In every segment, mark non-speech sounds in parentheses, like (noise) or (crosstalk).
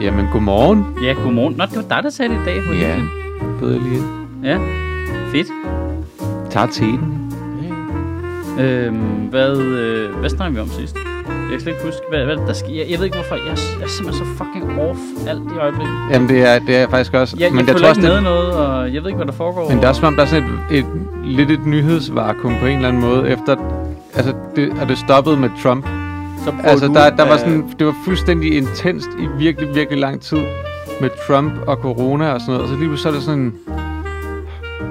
Jamen, godmorgen. Ja, godmorgen. Nå, det var dig, der sagde det i dag. Helene. Ja, bød jeg lige. Ja, fedt. Tag teten. Øhm, hvad, øh, hvad snakker vi om sidst? Jeg kan slet ikke huske, hvad, hvad der sker. Jeg, jeg ved ikke, hvorfor. Jeg, er- jeg er simpelthen så fucking off alt i øjeblikket. Jamen, det er, det er jeg faktisk også. Jeg, men jeg jeg følger ikke det, med det... noget, og jeg ved ikke, hvad der foregår. men det er også som om, der er sådan et, et, lidt et nyhedsvakuum på en eller anden måde, efter Altså, det, og det stoppede med Trump. så prøver Altså, du, der, der var øh, sådan, det var fuldstændig intenst i virkelig, virkelig lang tid med Trump og corona og sådan noget. Og så lige pludselig så er det sådan,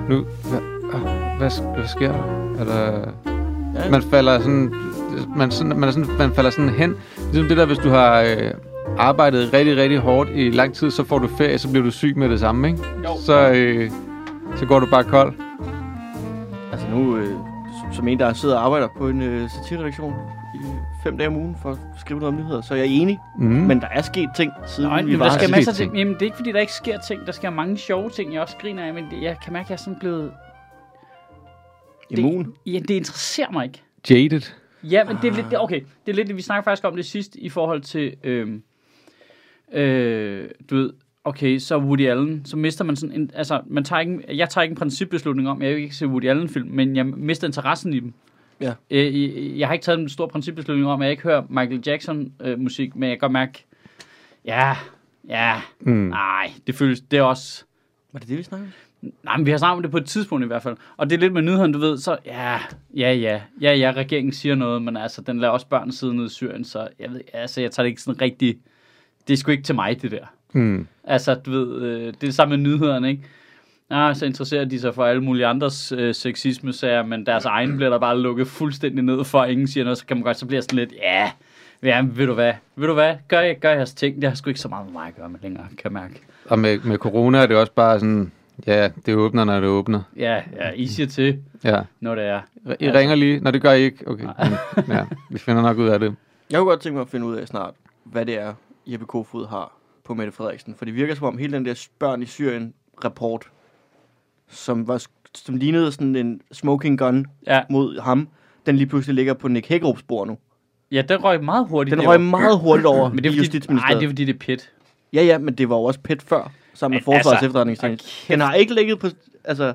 nu, hvad, ah, hvad, sk- hvad sker der? Eller, Ja. man falder sådan, man, sådan, man, er sådan, man falder sådan hen. Ligesom det der, hvis du har øh, arbejdet rigtig, rigtig hårdt i lang tid, så får du ferie, så bliver du syg med det samme, ikke? Jo. Så, øh, så går du bare kold. Altså nu, øh, som- som en, der sidder og arbejder på en øh, satireredaktion i fem dage om ugen for at skrive noget om nyheder, så er jeg enig. Mm. Mm. Men der er sket ting, siden Nej, vi men var der har skal set masser af ting. ting. Jamen, det er ikke, fordi der ikke sker ting. Der sker mange sjove ting, jeg også griner af, men det, jeg kan mærke, at jeg er sådan blevet... det- immun. Ja, det interesserer mig ikke. Jaded. Ja, men det er lidt, det- okay, det er lidt, det, vi snakker faktisk om det sidst i forhold til, øhm, øh, du ved, okay, så Woody Allen, så mister man sådan en, altså, man tager ikke, en- jeg tager ikke en principbeslutning om, jeg vil ikke se Woody Allen-film, men jeg mister interessen i dem. Ja. Øh, jeg, jeg har ikke taget en stor principbeslutning om, at jeg ikke hører Michael Jackson-musik, men jeg kan godt mærke, ja, ja, Mm. nej, det føles, det er også, Var det det, vi snakkede om? Nej, men vi har snakket om det på et tidspunkt i hvert fald. Og det er lidt med nyheden, du ved, så ja, ja, ja, ja, ja, regeringen siger noget, men altså, den lader også børn sidde nede i Syrien, så jeg ved, altså, jeg tager det ikke sådan rigtig, det er sgu ikke til mig, det der. Mm. Altså, du ved, øh, det er det samme med nyhederne, ikke? Ah, så interesserer de sig for alle mulige andres øh, sexisme-sager, men deres egen bliver der bare lukket fuldstændig ned for, at ingen siger noget, så kan man godt, så bliver jeg sådan lidt, ja, ja, ved du hvad, ved du hvad, gør, jeg, gør jeres ting, det har sgu ikke så meget med mig at gøre med længere, kan jeg mærke. Og med, med corona er det også bare sådan, ja, det åbner, når det åbner. Ja, ja, I siger til, Ja. når det er. I altså. ringer lige. Når det gør I ikke. Okay. Mm. Ja, vi finder nok ud af det. Jeg kunne godt tænke mig at finde ud af snart, hvad det er, Jeppe Kofod har på Mette Frederiksen. For det virker som om hele den der børn i Syrien-rapport, som, var, som lignede sådan en smoking gun Ja, mod ham, den lige pludselig ligger på Nick Hækkerups bord nu. Ja, den røg meget hurtigt. Den Det røg var- meget hurtigt over men det er i fordi, nej, Justitsministeriet. det er fordi, det er pit. Ja, ja, men det var jo også PET før, sammen med Men altså, Forsvarets altså, efterretningstjeneste. og kæft. Den har ikke ligget på... Altså,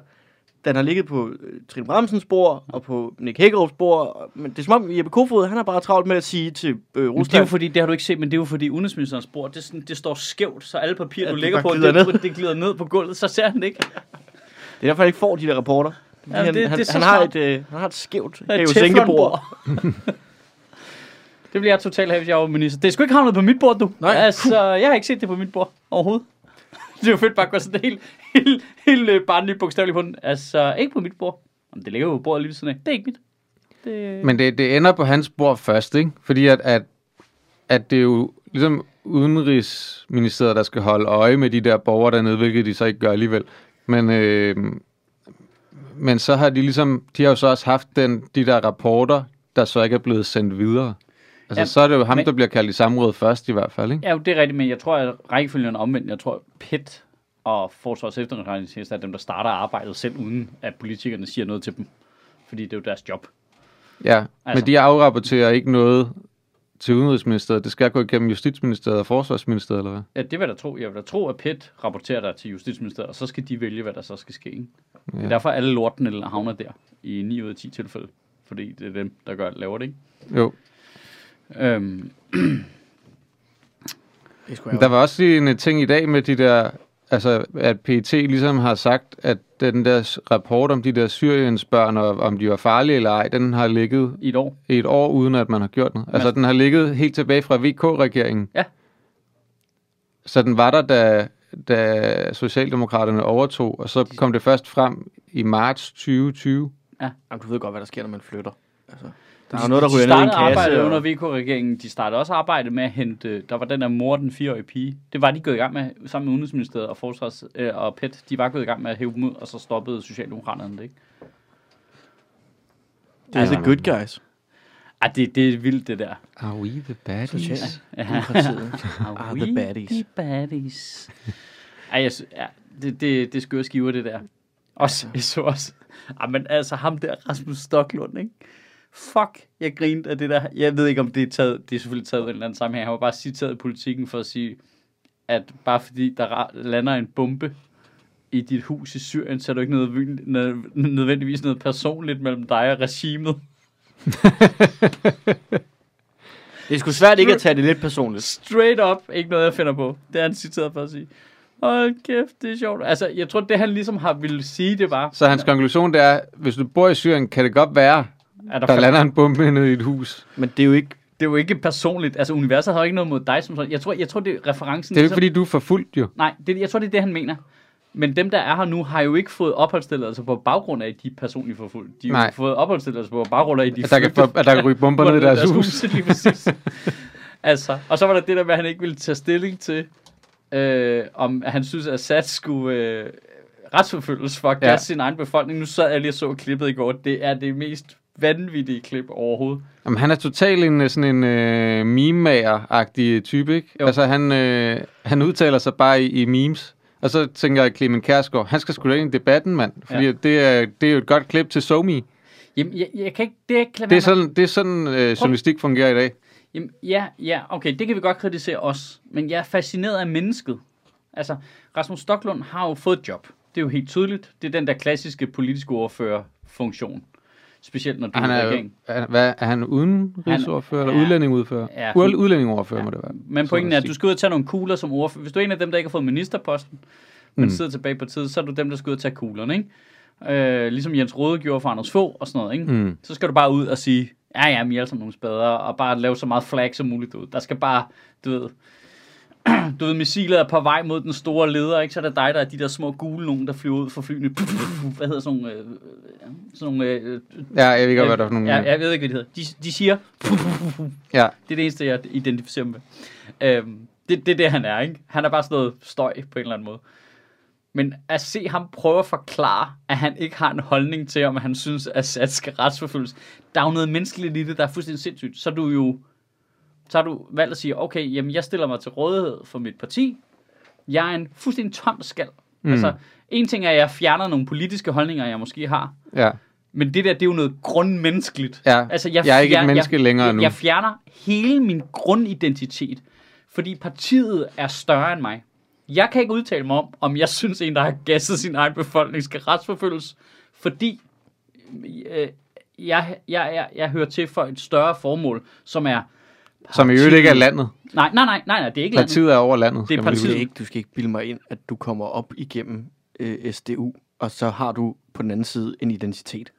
den har ligget på øh, Trine Bramsens spor og på Nick Hækkerups spor. og- Men det er som om Jeppe Kofod, han har bare travlt med at sige til øh, Men Det er jo Rusland... fordi, det har du ikke set, men det er jo fordi udenrigsministerens bord, det, er sådan, det står skævt, så alle papirer, Ja, du det lægger bare på, glider det, ned. det glider ned på gulvet, så ser han det ikke. Det er derfor, han ikke får de der rapporter. Det, Jamen, han, det- han, det er så han, har smart. et, øh, han har et skævt Der er et hævesænkebord. teflonbord. (laughs) det bliver jeg totalt af, hvis jeg var minister. Det skulle ikke havnet på mit bord, du. Nej. Altså, jeg har ikke set det på mit bord overhovedet. (laughs) Det er jo fedt bare at gå sådan helt, helt, helt øh, barnlig bogstaveligt på den. Altså, ikke på mit bord. Jamen, det ligger jo på bordet lige ved siden af. Det er ikke mit. Det... Men det, det ender på hans bord først, ikke? Fordi at, at, at det er jo ligesom udenrigsministeriet, der skal holde øje med de der borgere dernede, hvilket de så ikke gør alligevel. Men, øh, men så har de ligesom, de har jo så også haft den, de der rapporter, der så ikke er blevet sendt videre. Altså, Ja, ja, så er det jo ham, men- der bliver kaldt i samråd først i hvert fald, ikke? Ja, jo, det er rigtigt, men jeg tror, at rækkefølgen er omvendt. Jeg tror, PET og Forsvars Efterretningstjeneste er dem, der starter arbejdet selv, uden at politikerne siger noget til dem. Fordi det er jo deres job. Ja, altså. Altså. men de afrapporterer ikke noget til udenrigsministeriet. Det skal gå igennem justitsministeriet og forsvarsministeriet, eller hvad? Ja, det vil jeg da tro. Jeg vil da tro, at PET rapporterer der til Justitsministeriet, og så skal de vælge, hvad der så skal ske. Ikke? Ja. Det er Ja. derfor, alle lortene havner der i 9 ud af 10 tilfælde. Fordi det er dem, der gør, laver det, ikke? Jo. Øhm, Det skulle Men jeg Der var også lige en øh, ting i dag med de der, altså at PET ligesom har sagt, at den der s- rapport om de der Syriens børn, og om de var farlige eller ej, den har ligget I et år. i et år, uden at man har gjort noget. Altså Men- den har ligget helt tilbage fra VK-regeringen. Ja. Så den var der, da, da Socialdemokraterne overtog, og så kom det først frem i marts 2020. Jamen, du ved godt, hvad der sker, når man flytter. Altså, der er De- jo noget, der de ryger ned i en startede kasse. arbejdet Og... under VK-regeringen. De startede også arbejdet med at hente... øh, Der var den der mor, den fireårige pige. Det var de gået i gang med sammen med Udenrigsministeriet og Forsvars øh, og PET. De var gået i gang med at hæve dem ud, og så stoppede Socialdemokraterne det, ikke? Det er altså good guys. Ah, det, det er vildt, det der. Are we the baddies? Demokratiet. Are Ah, the baddies. The baddies. Ej, jeg, sy- ja, det, det, det er skøre skiver, det der. Også, jeg så også. Ej, men altså, ham der, Rasmus Stoklund, ikke? Fuck, jeg grinede af det der. Jeg ved ikke, om det er taget, det er selvfølgelig taget i en eller anden sammenhæng. Han var bare citeret i politikken for at sige, at bare fordi der ra- lander en bombe i dit hus i Syrien, så er du ikke nødv- nød- nødvendigvis noget personligt mellem dig og regimet. Det er sgu svært ikke at tage det lidt personligt. Straight up, ikke noget, jeg finder på. Det er han citeret for at sige. Hold kæft, det er sjovt. Altså, jeg tror, det han ligesom har ville sige, det var... Så hans konklusion det er, hvis du bor i Syrien, kan det godt være, Er der lander en bombe ned i et hus. Men det er jo ikke... Det er jo ikke personligt. Altså, universet har jo ikke noget mod dig som sådan. Jeg tror, jeg tror det er referencen... Det er jo ikke, ligesom- fordi du er forfulgt, jo. Nej, det, jeg tror, det er det, han mener. Men dem, der er her nu, har jo ikke fået opholdstilladelse på baggrund af, at de er personligt forfulgt. De har jo Nej. fået opholdstilladelse på baggrund af, at de er At der kan, flygtet få- at der kan ryge bomber ned i deres hus. Lige præcis. (laughs) altså, og så var der det der med, at han ikke ville tage stilling til, øh, om han synes, at Assad skulle øh, retsforfølges for at Ja. ja. sin egen befolkning. Nu sad jeg lige og så klippet i går. Det er det mest vanvittige klip overhovedet. Jamen, han er totalt en øh, sådan en øh, meme-mager-agtig type, ikke? Jo. Jo. Altså, han, øh, han udtaler sig bare i, i memes. Og så tænker jeg, Clemen Kærsgaard, han skal sgu da ind i debatten, mand. Fordi Ja. ja. det, er, det er jo et godt klip til SoMe. Jamen, jeg, jeg kan ikke... Det, er ikke lade Det være er med- sådan, det er sådan øh, journalistik fungerer i dag. Jamen, ja, ja, okay, det kan vi godt kritisere os, men jeg er fascineret af mennesket. Altså, Rasmus Stocklund har jo fået et job. Det er jo helt tydeligt. Det er den der klassiske politiske ordfører-funktion. Specielt når du Han er i er, jo, regering. er, hvad, er han udenrigsordfører Han- eller ja. udlændingudfører? Ja. Ja. Udlændingordfører ja. må det være. Men pointen er, at du Journalistik. skal ud og tage nogle kugler som ordfører. Hvis du er en af dem, der ikke har fået ministerposten, men mm. sidder tilbage på tid, så er du dem, der skal ud og tage kuglerne, ikke? Øh, ligesom Jens Rode gjorde for Anders Fogh og sådan noget, ikke? Mm. Så skal du bare ud og sige, ja, ja, vi er alle sammen nogle spader, og bare lave så meget flag som muligt ud. Der skal bare, du ved, (clears throat) du ved, missilet er på vej mod den store leder, ikke? Så er det dig, der er de der små gule nogen, der flyver ud fra flyene. (laughs) Hvad hedder sådan nogle, øh, sådan nogle øh, Ja, jeg ved ikke, hvad der er for nogle... Ja, jeg ved ikke, hvad de hedder. De, de siger, (laughs) (laughs) ja. det er det eneste, jeg identificerer mig med. Øhm, det, det er det, han er, ikke? Han er bare sådan noget støj på en eller anden måde. Men at se ham prøve at forklare, at han ikke har en holdning til, om han synes, at Assad skal retsforfølges, der er jo noget menneskeligt i det, der er fuldstændig sindssygt. Så er du jo så har du valgt at sige, okay, jamen jeg stiller mig til rådighed for mit parti. Jeg er en fuldstændig tom skal. Mm. Altså, en ting er, at jeg fjerner nogle politiske holdninger, jeg måske har, Ja. men det der, det er jo noget grundmenneskeligt. Altså, Ja, jeg er ikke et menneske jeg, længere jeg, nu. Jeg fjerner hele min grundidentitet, fordi partiet er større end mig. Jeg kan ikke udtale mig om, om jeg synes, en, der har gasset sin egen befolkning, skal retsforfølges, fordi øh, jeg, jeg, jeg, jeg hører til for et større formål, som er... Som i øvrigt ikke er landet. Nej, nej, nej, nej, nej det er ikke landet. Partiet er over landet. Det er skal man lige Du skal, partiet. huske. ikke, du skal ikke bilde mig ind, at du kommer op igennem øh, SDU, og så har du på den anden side en (laughs) identitet.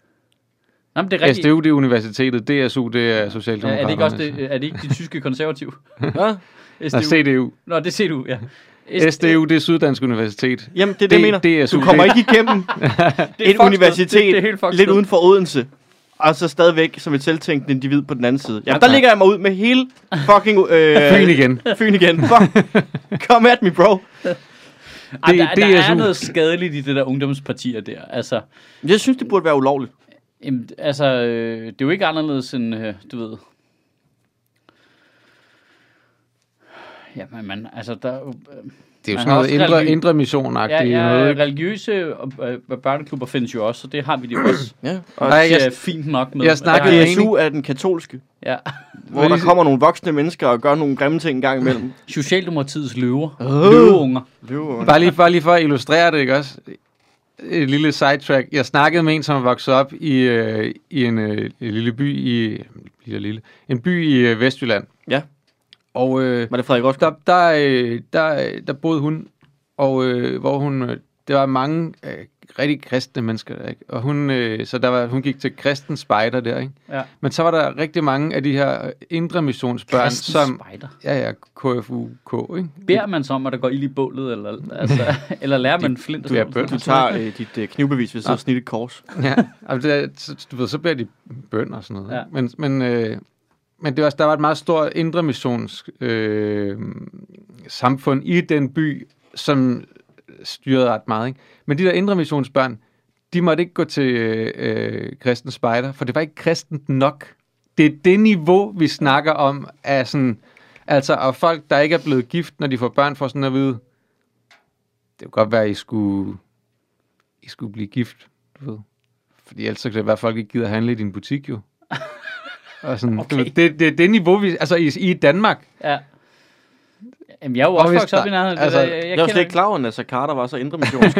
Nej, men det er rigtigt. SDU, det er universitetet. DSU, det er Ja, Socialdemokraterne. er det ikke også det, er det ikke de tyske konservative? Hva? Nej, SDU. CDU. Nå, det ser du, ja. SDU, det er Syddansk Universitet. Jamen, det er det, jeg Det- mener. DSU, Du kommer det- (laughs) ikke igennem er et fucked universitet sted. Det- det er helt fucked lidt sted. uden for Odense, og så stadigvæk som et selvtænkende individ på den anden side. Jamen, der Ja. ligger jeg mig ud med hele fucking... Øh, Fyn igen. Fyn igen. Fuck. Kom at me, bro. Ej, Det- der, det der er er SU. noget skadeligt i det der ungdomspartier der. Altså, Jeg synes, det burde være ulovligt. jamen, altså øh, det er jo ikke anderledes end, øh, du ved... Jamen, man, altså, der, er jo- øh, Det er jo sådan Man har noget også indre, religi- indre mission-agtigt. ja, noget, ja, ikke? religiøse og, øh, børneklubber findes jo også, så det har vi det jo også. Ja. Og Nej, Det er jeg, fint nok med. jeg at der snakkede- er- DSU er den katolske, Ja. hvor der kommer nogle voksne mennesker og gør nogle grimme ting en gang imellem. Socialdemokratiets løver. Øh. Løveunger. Løver. bare, lige, bare lige for at illustrere det, ikke også? Et lille sidetrack. Jeg snakkede med en, som er vokset op i, øh, i en, øh, en lille by i... Lille, lille, en by i øh, Vestjylland. Ja. Og øh, Var det Frederik Roskilde? der, der, øh, der, øh, der boede hun, og øh, hvor hun, øh, der var mange øh, rigtig kristne mennesker, der, ikke? og hun, øh, så der var, hun gik til kristen spejder der, ikke? Ja. Men så var der rigtig mange af de her øh, indre missionsbørn, Kristen som, spejder. ja ja, KFUK, ikke? Bærer man så om, at der går ild i bålet, eller, altså, (laughs) eller lærer man flint? og du er sådan noget? bønder. Du (laughs) tager øh, dit øh, knivbevis ved så at snitte et kors. Ja, altså, det er, så, du ved, så bliver de bønder og sådan noget. Ja. Ja. Men, men, øh, men det var, der var et meget stort indre missionsk øh, samfund i den by, som styrede ret meget. Ikke? Men de der indre missionsbørn, de måtte ikke gå til øh, kristen spejder, for det var ikke kristent nok. Det er det niveau, vi snakker om, af sådan, altså, og folk, der ikke er blevet gift, når de får børn, får sådan at vide, det kunne godt være, at I skulle, I skulle blive gift, du ved. Fordi ellers så kan det være, at folk ikke gider handle i din butik, jo. og sådan, okay. Okay. det, det, det er det niveau, vi... Altså, i, i Danmark, Ja. Jamen, jeg er jo Og også hvis vokset op der- i nærheden. af altså, det der. jeg, Jeg, jeg var kender slet ikke ikke- klar over, at Nasser Carter var så (laughs) indre missionsk.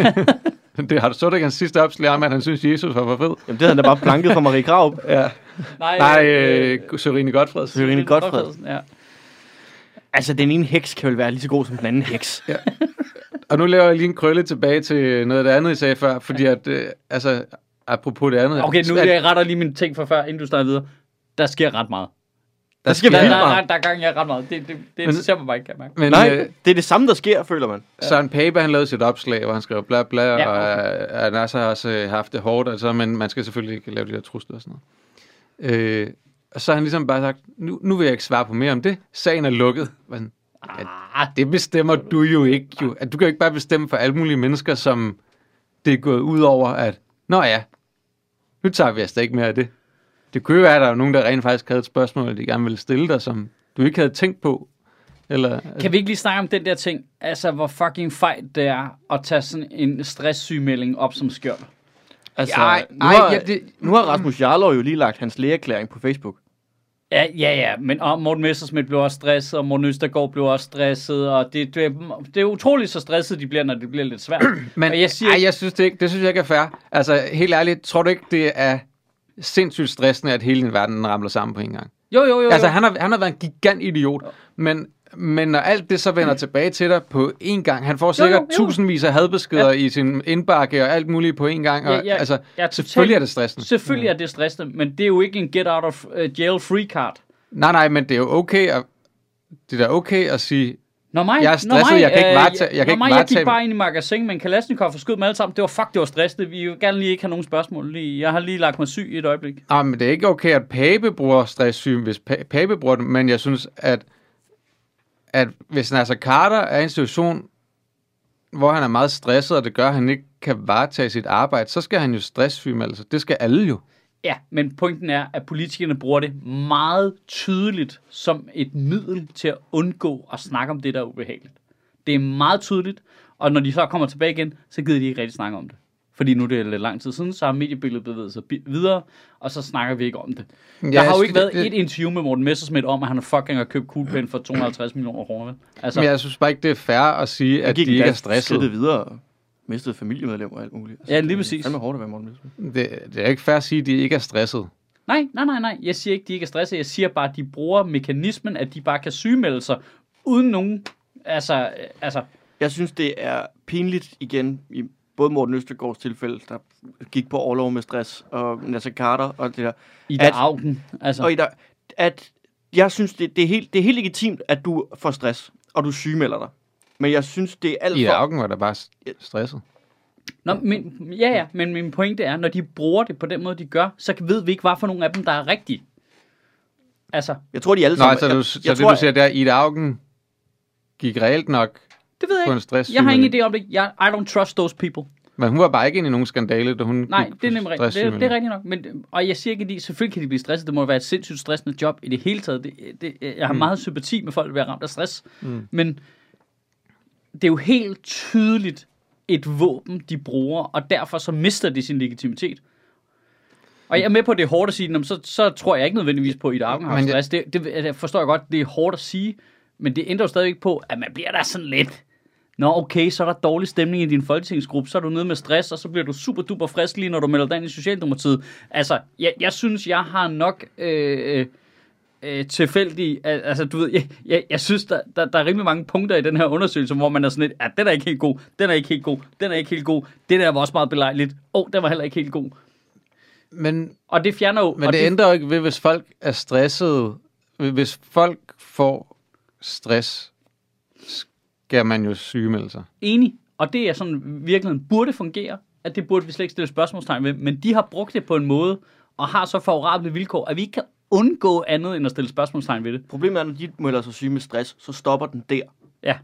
(laughs) Det har du så ikke hans sidste opslag om, at han synes, Jesus var for fed. Jamen, det havde han da bare planket fra Marie Grav. Ja. Nej, Nej, øh, Sørine Godfreds. Sørine Sørine Godfred. Godfredsen, Ja. Altså, den ene heks kan vel være lige så god som den anden heks. Og nu laver jeg lige en krølle tilbage til noget af det andet, I sagde før, fordi at, øh, altså, apropos det andet. Okay, nu at, jeg retter lige mine ting fra før, inden du starter videre. Der sker ret meget. Der sker Der, vildt der, der, meget. der gang jeg ret meget. Det, det, det interesserer mig bare ikke, kan jeg mærke. Men Nej, øh, det er det samme, der sker, føler man. Søren Pape, han lavede sit opslag, hvor han skrev bla bla, Ja, ja, okay. og, og Nasser har også øh, haft det hårdt, altså, men man skal selvfølgelig ikke lave de der trusler og sådan noget. Øh, og så har han ligesom bare sagt, nu, nu vil jeg ikke svare på mere om det. Sagen er lukket. Men, Ah, det bestemmer du jo ikke. Jo. At du kan jo ikke bare bestemme for alle mulige mennesker, som det er gået ud over, at nå ja, nu tager vi altså ikke mere af det. Det kunne jo være, at der var nogen, der rent faktisk havde et spørgsmål, de gerne ville stille dig, som du ikke havde tænkt på. Eller, altså, Kan vi ikke lige snakke om den der ting, altså hvor fucking fejt det er at tage sådan en stresssygemelding op som skjold? Altså, Ej, nu, ej, har, ja, det- nu har Rasmus Jarlov jo lige lagt hans lægeerklæring på Facebook. Ja, ja, ja, men og Morten Messersmith blev også stresset, og Morten Østergaard blev også stresset, og det, det, er- det er utroligt, så stresset de bliver, når det bliver (clears throat) lidt svært. Men og jeg siger, ej, jeg synes det ikke. Det synes jeg ikke er fair. Altså, helt ærligt, tror du ikke, det er sindssygt stressende, at hele din verden ramler sammen på en gang? jo, jo, jo, jo. Altså, han har, han har været en gigant idiot, men, men når alt det så vender tilbage til dig på én gang, han får sikkert jo. tusindvis af hadbeskeder ja. i sin indbakke og alt muligt på én gang, og Ja, ja, altså, jeg er selvfølgelig totalt- er det stressende. Selvfølgelig er det stressende, men det er jo ikke en get out of øh, jail free card. Nej, nej, men det er jo okay at, det er da okay at sige, Nå mig, Jeg er nå stresset, mig, jeg kan ikke øh, varetage- jeg kan nå ikke mig, Jeg varetage- gik bare ind i magasin med en Kalashnikov og skød dem alle sammen. Det var fuck, det var stressende. Vi vil gerne lige ikke have nogen spørgsmål. Lige, jeg har lige lagt mig syg i et øjeblik. ah, men det er ikke okay, at Pape bruger stresssyn, hvis Pa- Pape bruger det, men jeg synes, at, at hvis Nasser Carter er i en situation, hvor han er meget stresset, og det gør, at han ikke kan varetage sit arbejde, så skal han jo stresssyge, altså. Det skal alle jo. Ja, men pointen er, at politikerne bruger det meget tydeligt som et middel til at undgå at snakke om det, der er ubehageligt. Det er meget tydeligt, og når de så kommer tilbage igen, så gider de ikke rigtig snakke om det. Fordi nu er det lidt lang tid siden, så har mediebilledet bevæget sig bi- videre, og så snakker vi ikke om det. Der Ja, ja, har jo jeg ikke synes, været det- et interview med Morten Messerschmidt om, at han fucking har købt kuglepen for 250 millioner kroner. vel? Altså, Men jeg synes bare ikke, det er fair at sige, at de gik ikke endda er stresset. skridtet videre og mistede familiemedlemmer og alt muligt. Altså, Ja, lige det er præcis. Fandme hårdt at være Morten Nielsen. Det, det er ikke fair at sige, at de ikke er stresset. Nej, nej, nej, nej. Jeg siger ikke, de ikke er stressede. Jeg siger bare, at de bruger mekanismen, at de bare kan sygemelde sig uden nogen... Altså, øh, altså Jeg synes, det er pinligt igen i både Morten Østergaards tilfælde, der gik på overlov med stress, og Nasser Carter og det der. Ida At- Augen. Altså, Og i der, at jeg synes, det, det, er helt, det er helt legitimt, at du får stress, og du sygemelder dig. Men jeg synes, det er alt for... I Augen var da bare s- stresset. Nå, men, ja, ja, men min pointe er, når de bruger det på den måde, de gør, så ved vi ikke, hvad for nogle af dem, der er rigtige. Altså, Jeg tror, de alle Nå, sammen... så, jeg, du, jeg så det tror, du siger, det er, at Ida Augen gik reelt nok, det ved På jeg en ikke. Jeg har stresssygemelding. ingen idé om det. Jeg, I don't trust those people. men hun var bare ikke inde i nogen skandale, da hun Nej, gik det er på nemlig rigtigt. Det, er- stresssygemelding. det er rigtigt nok. Men, og jeg siger ikke, at de, selvfølgelig kan de blive stresset. Det må være et sindssygt stressende job i det hele taget. Det, det, jeg Mm. har meget sympati med folk, der bliver ramt af stress. Mm. Men det er jo helt tydeligt et våben, de bruger, og derfor så mister de sin legitimitet. Og jeg er med på, at det er hårdt at sige, "Nå, men så, så tror jeg ikke nødvendigvis på, at Ida Augen har Men jeg- stress. Det, det, det forstår jeg godt, det er hårdt at sige, men det ændrer jo stadigvæk på, at man bliver der sådan lidt. Nå, okay, så er der dårlig stemning i din folketingsgruppe, så er du nede med stress, og så bliver du super duper frisk lige, når du melder dig ind i Socialdemokratiet. Altså, jeg, jeg synes, jeg har nok... Øh, øh, øh, tilfældig, al- altså du ved, jeg, jeg, jeg synes, der, der, der er rimelig mange punkter i den her undersøgelse, hvor man er sådan lidt, at den er ikke helt god, den er ikke helt god, den er ikke helt god, det der var også meget belejligt, åh, oh, den var heller ikke helt god. Men Og det fjerner jo... Men og det ændrer jo ikke ved, hvis folk er stressede. Hvis folk får stress, skal man jo sygemelde sig. enig, og det er sådan, virkeligheden burde fungere, at det burde vi slet ikke stille spørgsmålstegn ved, men de har brugt det på en måde, og har så favorable vilkår, at vi ikke kan undgå andet end at stille spørgsmålstegn ved det. Problemet er, når de melder sig syge med stress, så stopper den der. Ja.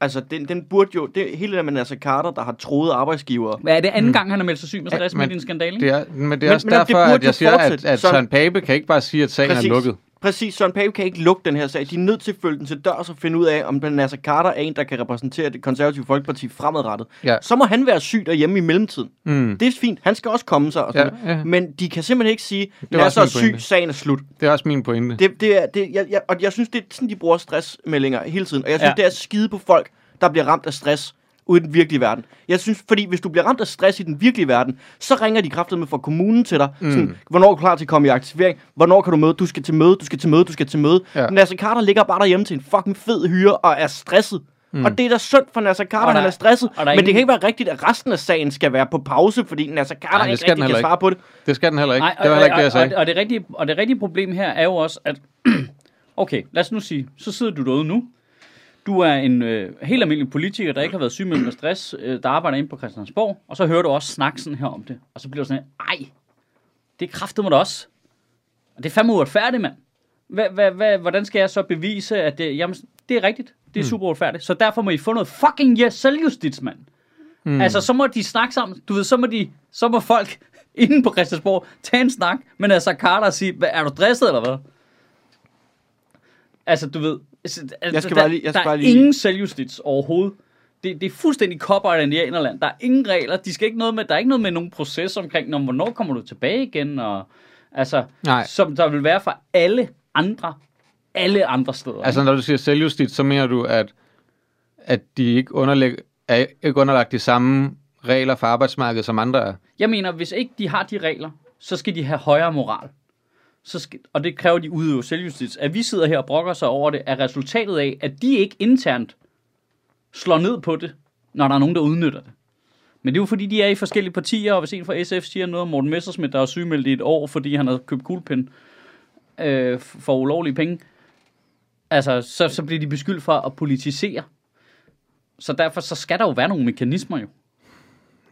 Altså, den, den burde jo... Det, hele det der med Nasser Carter, der har troet arbejdsgivere... Hvad er det anden gang, han har meldt sig syg med Mm. Ja, stress ja, men med din skandale? Det er, men det er Men- men, også men men det derfor, burde at jo jeg siger, at, fortsætte at sådan. Søren Pape kan ikke bare sige, at sagen Præcis. Præcis. er lukket. Præcis, Søren Pape kan ikke lukke den her sag. De er nødt til at følge den til dørs og finde ud af, om den Nasser Carter er en, der kan repræsentere det konservative folkeparti fremadrettet. Ja. Så må han være syg derhjemme i mellemtiden. Mm. Det er fint, han skal også komme sig. Og sådan Ja, noget. ja. Men de kan simpelthen ikke sige, var Nasser er også min syg, pointe. sagen er slut. Det er også min pointe. Det, Det, det er, det, jeg, jeg, og jeg synes, det er sådan, de bruger stressmeldinger hele tiden. Og jeg synes, Ja. ja. det er skide på folk, der bliver ramt af stress ude i den virkelige verden. Jeg synes, fordi hvis du bliver ramt af stress i den virkelige verden, så ringer de kraftedeme fra kommunen til dig. Mm. Sådan, hvornår er du klar til at komme i aktivering? Hvornår kan du møde? Du skal til møde, du skal til møde, du skal til møde. Ja. Ja. Nasser Carter ligger bare derhjemme til en fucking fed hyre og er stresset. Mm. Og det er da synd for Nasser Og Carter, der- han er stresset. og der er Men ingen- det kan ikke være rigtigt, at resten af sagen skal være på pause, fordi Nasser Carter Nej, det ikke skal den heller rigtig kan ikke. svare på det. det skal den heller ikke. Nej, Nej, det var heller ikke det, jeg og, sagde. og, og, det rigtige, og det rigtige problem her er jo også, at... (clears throat) Okay, lad os nu sige, så sidder du derude nu. Du er en øh, helt almindelig politiker, der ikke har været syg med stress, øh, der arbejder inde på Christiansborg, og så hører du også snakke sådan her om det. Og så bliver du sådan her, ej, det kræftede mig da også. Og det er fandme uretfærdigt, mand. Hva, hva, hva, hvordan skal jeg så bevise, at det, jamen, det er rigtigt? Hmm. Det er super uretfærdigt. Så derfor må I få noget fucking yes, selvjustits, mand. Hmm. Mm. Altså, så må de snakke sammen. Du ved, så må, de, så må folk (laughs) inde på Christiansborg tage en snak med altså Carter og sige, "Hva, er du dresset eller hvad? Altså, du ved, altså, Jeg skal der, bare lige- jeg skal der bare er lige- ingen selvjustits overhovedet. Det, det er fuldstændig kopper af indianerland. Der er ingen regler. De skal ikke noget med, der er ikke noget med nogen proces omkring, om, hvornår kommer du tilbage igen, og altså, Nej. som der vil være for alle andre, alle andre steder. Altså, når du siger selvjustit, så mener du, at, at de ikke, underlæg, er ikke underlagt de samme regler for arbejdsmarkedet, som andre er. Jeg mener, hvis ikke de har de regler, så skal de have højere moral. Så skal, og det kræver de udøve selvjustits. At vi sidder her og brokker sig over det, er resultatet af, at de ikke internt slår ned på det, når der er nogen, der udnytter det. Men det er jo fordi, de er i forskellige partier, og hvis en fra SF siger noget om Morten Messersmith, der er sygemeldt i et år, fordi han har købt kuglepind øh, f- for ulovlige penge, altså, så, så bliver de beskyldt for at politisere. Så derfor så skal der jo være nogle mekanismer jo.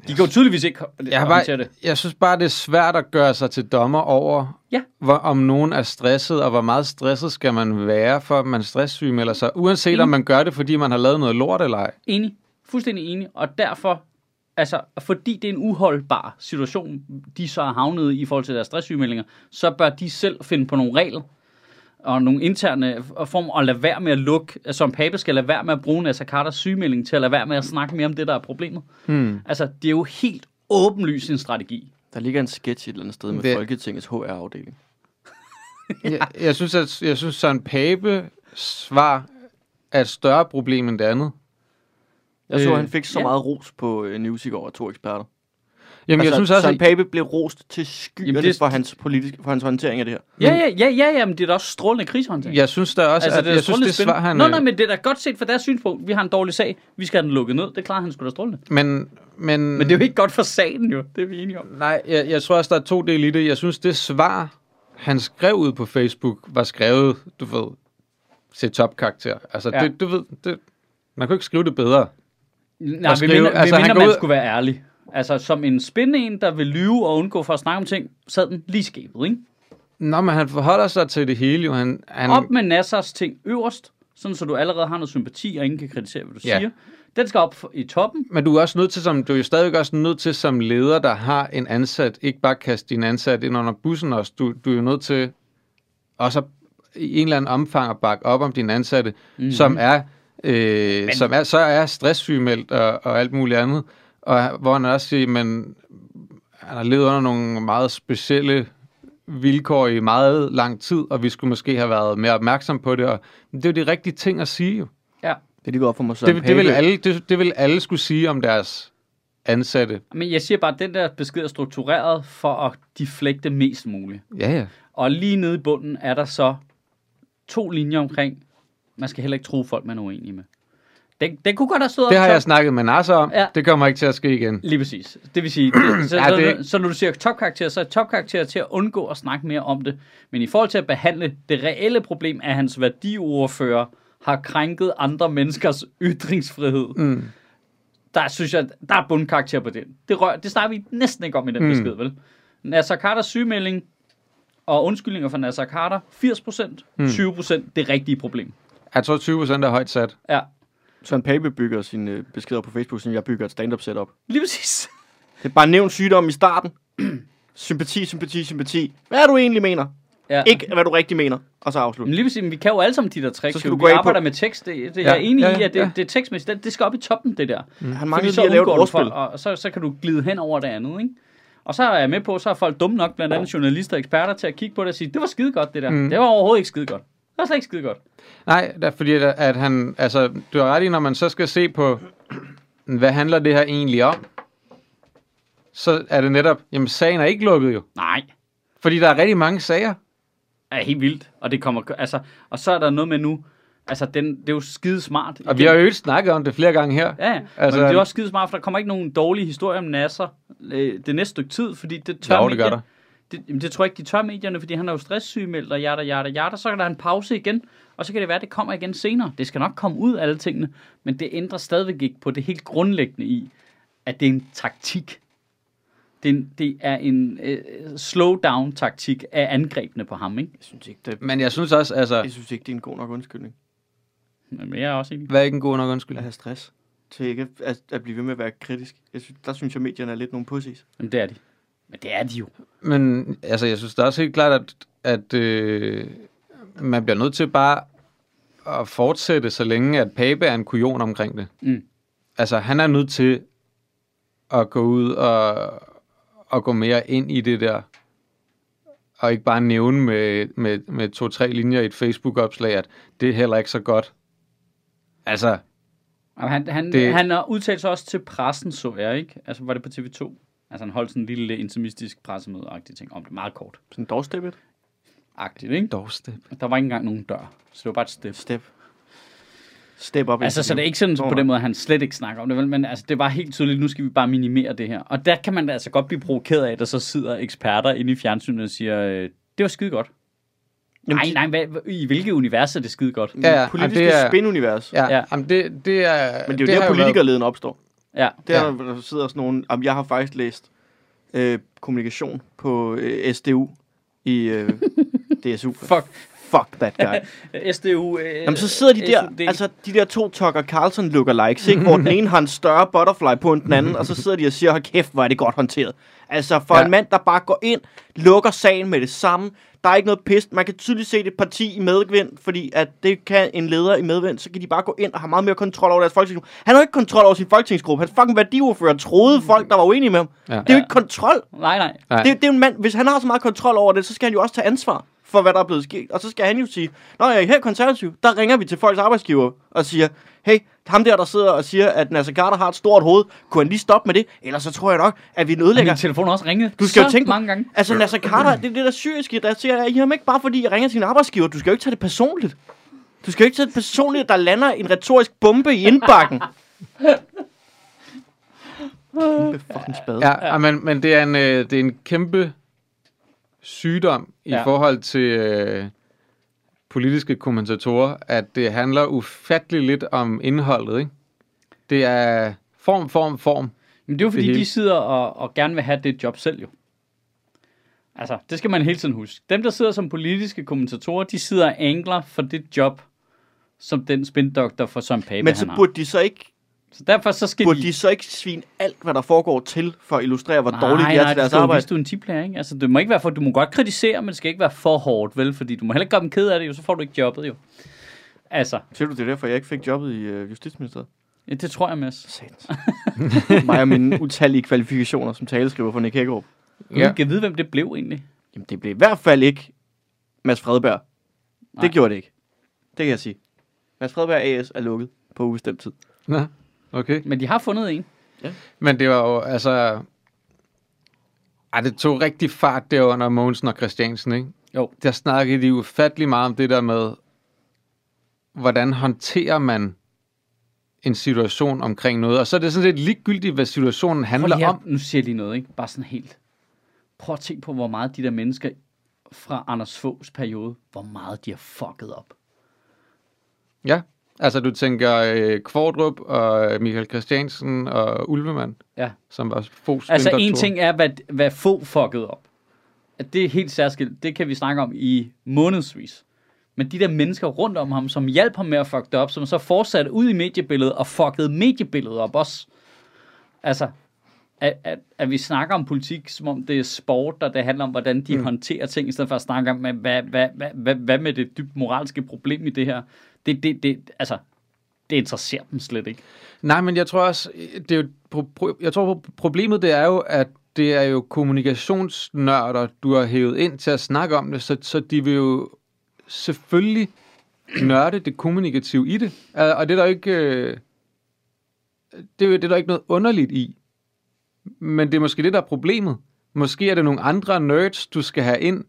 De kan jo tydeligvis ikke Jeg, har håndtere bare, jeg synes bare, det er svært at gøre sig til dommer over, Ja. hvor, om nogen er stresset, og hvor meget stresset skal man være, for at man stresssygemelder sig, uanset Mm. om man gør det, fordi man har lavet noget lort eller ej. Enig. Fuldstændig enig. Og derfor, altså, fordi det er en uholdbar situation, de så er havnet i i forhold til deres stresssygemeldinger, så bør de selv finde på nogle regler og nogle interne form og lade være med at lukke, altså, som Pape skal lade være med at bruge Nasser Carters sygemelding til at lade være med at snakke mere om det, der er problemet. Mm. Hmm. Altså, det er jo helt åbenlyst en strategi. Der ligger en sketch et eller andet sted med Det- det... Folketingets HR-afdeling. Jeg, jeg synes, at jeg synes, Søren Pape svar er et større problem end det andet. Jeg så, Øh, at han fik så ja. meget ros på øh, News i går af to eksperter. Jamen, altså, jeg synes også, Søren at, Pape blev rost til skyerne Jamen, Jamen, det- det... for, hans politiske, for hans håndtering af det her. Ja, ja, ja, ja, ja, men det er da også strålende krisehåndtering. jeg synes da også, altså, at, er da jeg synes, strålende det svar, spændende. han... Nå, nej, øh, men det er da godt set fra deres synspunkt. Vi har en dårlig sag. Vi skal have den lukket ned. Det klarer han sgu da strålende. men, men, Men det er jo ikke godt for sagen, jo. Det er vi enige om. Nej, jeg, jeg tror også, der er to dele i det. Jeg synes, det svar, han skrev ud på Facebook, var skrevet, du ved, til topkarakter. Altså, Ja. ja. det, du ved, det, man kunne ikke skrive det bedre. Nej, at vi skrive- mener, altså, altså, han vi går man ud... ud- skulle være ærlig. Altså, som en spændende en, der vil lyve og undgå for at snakke om ting, sad den lige i skabet, ikke? Nå, men han forholder sig til det hele, jo. Han, han, Op med Nassers ting øverst, sådan så du allerede har noget sympati, og ingen kan kritisere, hvad du ja. Ja. siger. Den skal op i toppen. Men du er også nødt til, som, du er jo stadigvæk også nødt til som leder, der har en ansat, ikke bare kaste din ansat ind under bussen også. Du, du er jo nødt til også at, i en eller anden omfang at bakke op om dine ansatte, mm-hmm. som er, øh, som er, så er stresssygemeldt og, og alt muligt andet. Og hvor han også siger, men han har levet under nogle meget specielle vilkår i meget lang tid, og vi skulle måske have været mere opmærksom på det. Og det er jo de rigtige ting at sige, jo. Ja. Det lige går op for mig, Søren Det, det, Pape. vil alle, det, det vil alle skulle sige om deres ansatte. Men jeg siger bare, at den der besked er struktureret for at deflekte mest muligt. Ja, ja. Og lige nede i bunden er der så to linjer omkring, man skal heller ikke tro folk, man er uenig med. Den, den kunne godt have stået Det op har som- jeg snakket med Nasser om. Ja. Ja. Det kommer ikke til at ske igen. Lige præcis. Det vil sige, (clears throat) det, så, ja, Ja, det... Så, det- så når du siger topkarakter, så er topkarakter til at undgå at snakke mere om det. Men i forhold til at behandle det reelle problem, at hans værdiordfører har krænket andre menneskers ytringsfrihed, mm. der synes jeg, der er bundkarakter på den. Det, rør, det snakker vi næsten ikke om i den mm. besked, vel? Nasser Carters sygemelding og undskyldninger fra Nasser Carter, 80%, mm. 20% det rigtige problem. Jeg tror, 20 procent er højt sat. Ja, Søren Pape bygger sine øh, beskeder på Facebook, som jeg bygger et stand-up setup. lige præcis. (clears throat) Det er bare nævnt sygdom i starten. sympati, sympati, sympati. Hvad er du egentlig mener? Ja. Ikke, hvad du rigtig mener. Og så afslutte. Men lige præcis, men vi kan jo alle sammen de der tricks. Så skal jo. du vi gå af på- arbejder med tekst. Det, det, ja. Jeg er enig ja, ja, i, at det, ja. det er tekstmæssigt. Det, det skal op i toppen, det der. Mm. Han Fordi mangler så lige at lave et undgår du ordspil. folk, og så, så kan du glide hen over det andet, ikke? Og så er jeg med på, så er folk dumme nok, blandt andet journalister og eksperter, til at kigge på det og sige, det var skide godt, det der. Mm. Det var overhovedet ikke skide godt. Det var slet ikke skide godt. Nej, det er fordi, at, at han, altså, du har ret i, når man så skal se på, hvad handler det her egentlig om, så er det netop, jamen sagen er ikke lukket jo. Nej, Fordi der er rigtig mange sager. er helt vildt. Og det kommer, altså, og så er der noget med nu, altså den, det er jo skide smart. Og vi har jo ikke snakket om det flere gange her. Ja, ja. Altså- Altså, men det er også skide smart, for der kommer ikke nogen dårlige historier om Nasser øh, det næste stykke tid, fordi det tør Jo, det gør medierne- der. Det, jamen, det tror jeg ikke, de tør medierne, fordi han er jo stresssygemeldt og jada, jada, jada. Så kan der en pause igen, og så kan det være, at det kommer igen senere. Det skal nok komme ud af alle tingene, men det ændrer stadigvæk ikke på det helt grundlæggende i, at det er en taktik. Det er en, det er en øh, slowdown-taktik af angrebene på ham, ikke? Jeg synes ikke, det, Men jeg synes også, altså, jeg synes ikke, det er en god nok undskyldning. Men jeg er også enig. hvad er ikke en god nok undskyld? At have stress. Til ikke at, at blive ved med at være kritisk. Jeg synes, der synes jeg, medierne er lidt nogle pussies. Jamen, det er de. Men det er de jo. Men altså, jeg synes da også helt klart, at, at øh, man bliver nødt til bare at fortsætte, så længe at Pape er en kujon omkring det. Mm. Altså, han er nødt til at gå ud og, og gå mere ind i det der, og ikke bare nævne med, med, med to-tre linjer i et Facebook-opslag, at det er heller ikke så godt. Altså, Og han, han, Det- det... han har udtalt sig også til pressen, så jeg, ikke? Altså, var det på TV2? Altså, han holdt sådan en lille intimistisk pressemøde-agtig ting om det. Meget kort. Sådan dårstæppet. Agtigt, ikke? dog step. Der var ikke engang nogen dør. Så det var bare et step. Step. Step op. Altså, så det er ikke sådan på den måde, at han slet ikke snakker om det, vel? men altså, det var helt tydeligt, nu skal vi bare minimere det her. Og der kan man da altså godt blive provokeret af, at der så sidder eksperter inde i fjernsynet og siger, øh, det var skide godt. Nej, nej, hvad, i hvilket univers er det skide godt? Ja, Ja, ja, ja. Politiske jamen, det er- spinunivers. Ja. Ja, ja. Ja. Jamen det, det er... Men det er jo har der, været- politikerleden opstår. Ja, Der, Ja. ja. der sidder sådan nogen... Jamen, jeg har faktisk læst øh, kommunikation på øh, SDU i øh, DSU. fuck. Fuck that guy. SDU. Øh, Jamen, så sidder de der, SUD. altså de der to Tucker Carlson lookalikes, ikke? Hvor den (laughs) ene har en større butterfly på end den anden, og så sidder de og siger, hold kæft, hvor er det godt håndteret. Altså, for Ja. ja. en mand, der bare går ind, lukker sagen med det samme, der er ikke noget pist. Man kan tydeligt se det parti i medvind, fordi at det kan en leder i medvind, så kan de bare gå ind og have meget mere kontrol over deres folketingsgruppe. Han har jo ikke kontrol over sin folketingsgruppe. Hans fucking værdiordfører troede folk, der var uenige med ham. Ja. Mm. Ja. Det er jo Ja. ikke kontrol. Nej, nej. Nej. Det, det er jo en mand, hvis han har så meget kontrol over det, så skal han jo også tage ansvar for, hvad der er blevet sket. Og så skal han jo sige, Nå, jeg er her konservativ, der ringer vi til folks arbejdsgiver og siger, hey, ham der, der sidder og siger, at Nasser Carter har et stort hoved, kunne han lige stoppe med det? Ellers så tror jeg nok, at vi Min nødlægger. telefon har også ringet Du skal så jo tænke på- mange gange. Altså, Nasser Carter, det er det der syriske, der siger, at I ham ikke bare fordi, jeg ringer til din arbejdsgiver. Du skal jo ikke tage det personligt. Du skal jo ikke tage det personligt, at der lander en retorisk bombe i (laughs) indbakken. Kæmpe fucking spade. Ja, ja. Men, men det, er en, øh, det er en kæmpe sygdom i ja. Ja. forhold til øh, politiske kommentatorer, at det handler ufattelig lidt om indholdet. Ikke? Det er form, form, form. Men det er jo fordi, hele. de sidder og, og gerne vil have det job selv jo. Altså, det skal man hele tiden huske. Dem, der sidder som politiske kommentatorer, de sidder og angler for det job, som den spindoktor for Søren Pape, Men han så har. burde de så ikke Så derfor så skal Burde de så ikke svine alt, hvad der foregår til, for at illustrere, hvor dårlige de er til deres du arbejde? du er en tiplager, ikke? Altså, det må ikke være for, du må godt kritisere, men det skal ikke være for hårdt, vel? Fordi du må heller ikke gøre dem ked af det, jo, så får du ikke jobbet, jo. Altså, Siger du, det er derfor, jeg ikke fik jobbet i øh, Justitsministeriet? ja, det tror jeg, Mads. Satans. (laughs) Mig og mine utallige kvalifikationer som taleskriver for Nick Hækkerup. Ja. kan vide, hvem det blev egentlig. Jamen, det blev i hvert fald ikke Mads Fredberg. Nej. Nej. Det gjorde det ikke. Det kan jeg sige. Mads Fredberg AS er lukket på ubestemt tid. Nå, okay. Men de har fundet en. Men det var jo, altså... Ej, det tog rigtig fart der under Mogensen og Christiansen, ikke? Jo. Der snakkede de ufattelig meget om det der med, hvordan håndterer man en situation omkring noget. Og så er det sådan lidt ligegyldigt, hvad situationen Prøv handler lige om. at, nu siger jeg lige noget, ikke? Bare sådan helt. Prøv at tænke på, hvor meget de der mennesker fra Anders Foghs periode, hvor meget de har fucket op. Ja, altså du tænker øh, Kvartrup og øh, Michael Christiansen og Ulvemand, Ja. som var Foghs Altså en spindoktorer. ting er, hvad, hvad få fuckede op. At Det er helt særskilt. Det kan vi snakke om i månedsvis. Men de der mennesker rundt om ham, som hjalp ham med at fuck det op, som så fortsatte ud i mediebilledet og fuckede mediebilledet op også. Altså, at, at, at vi snakker om politik, som om det er sport, og det handler om, hvordan de mm. håndterer ting, i stedet for at snakke om, hvad, hvad, hvad, hvad, hvad med det dybt moralske problem i det her. Det, det, det, altså, det interesserer dem slet ikke. Nej, men jeg tror også, øh, det er jo, pro- pro- jeg tror pro- problemet det er jo, at det er jo kommunikationsnørder, du har hævet ind til at snakke om det, så, så de vil jo selvfølgelig nørde det kommunikative i det. Og og det er der ikke, øh, det, er jo- det er der ikke noget underligt i. Men det er måske det, der er problemet. Måske er det nogle andre nerds, du skal have ind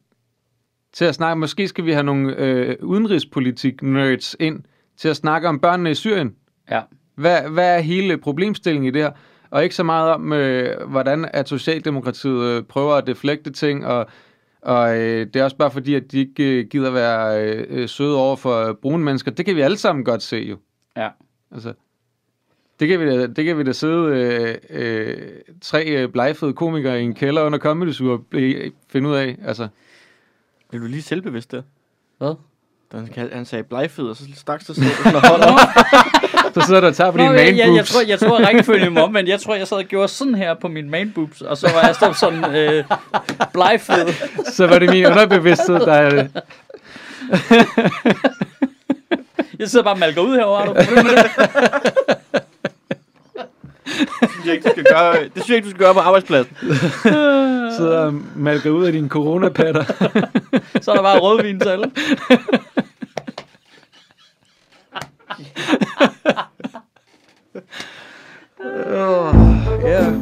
til at snakke. Måske skal vi have nogle øh, udenrigspolitik-nerds ind til at snakke om børnene i Syrien. Ja. Hvad, hvad er hele problemstillingen i det her? Og ikke så meget om, øh, hvordan at Socialdemokratiet øh, prøver at deflekte ting, og, og øh, det er også bare fordi, at de ikke øh, gider være øh, øh, søde over for øh, brune mennesker. Det kan vi alle sammen godt se jo. Ja. Altså, det kan vi da, det kan vi da sidde øh, øh, tre øh, blegfede komikere i en kælder under Comedy Zoo og blive- finde ud af. Altså, Blev du lige selvbevidst der? Hvad? Da han, kaldte- han sagde blegfed, og så stak sig selv under hånden (laughs) op. så sidder der og tager på dine Nå, man jeg, jeg, jeg, boobs. tror, jeg tror, (laughs) rækkefølgen var omvendt. Jeg tror, jeg sad og gjorde sådan her på min man boobs, og så var jeg stået sådan øh, blegfed. Så var det min underbevidsthed, der... Øh, Jeg sidder bare og malker ud herovre. Har du problemer med det? Det synes jeg ikke, du skal gøre, det synes jeg ikke, du skal gøre på arbejdspladsen. sidder og malker ud af dine coronapatter. Så er der bare rødvin til alle. Yeah.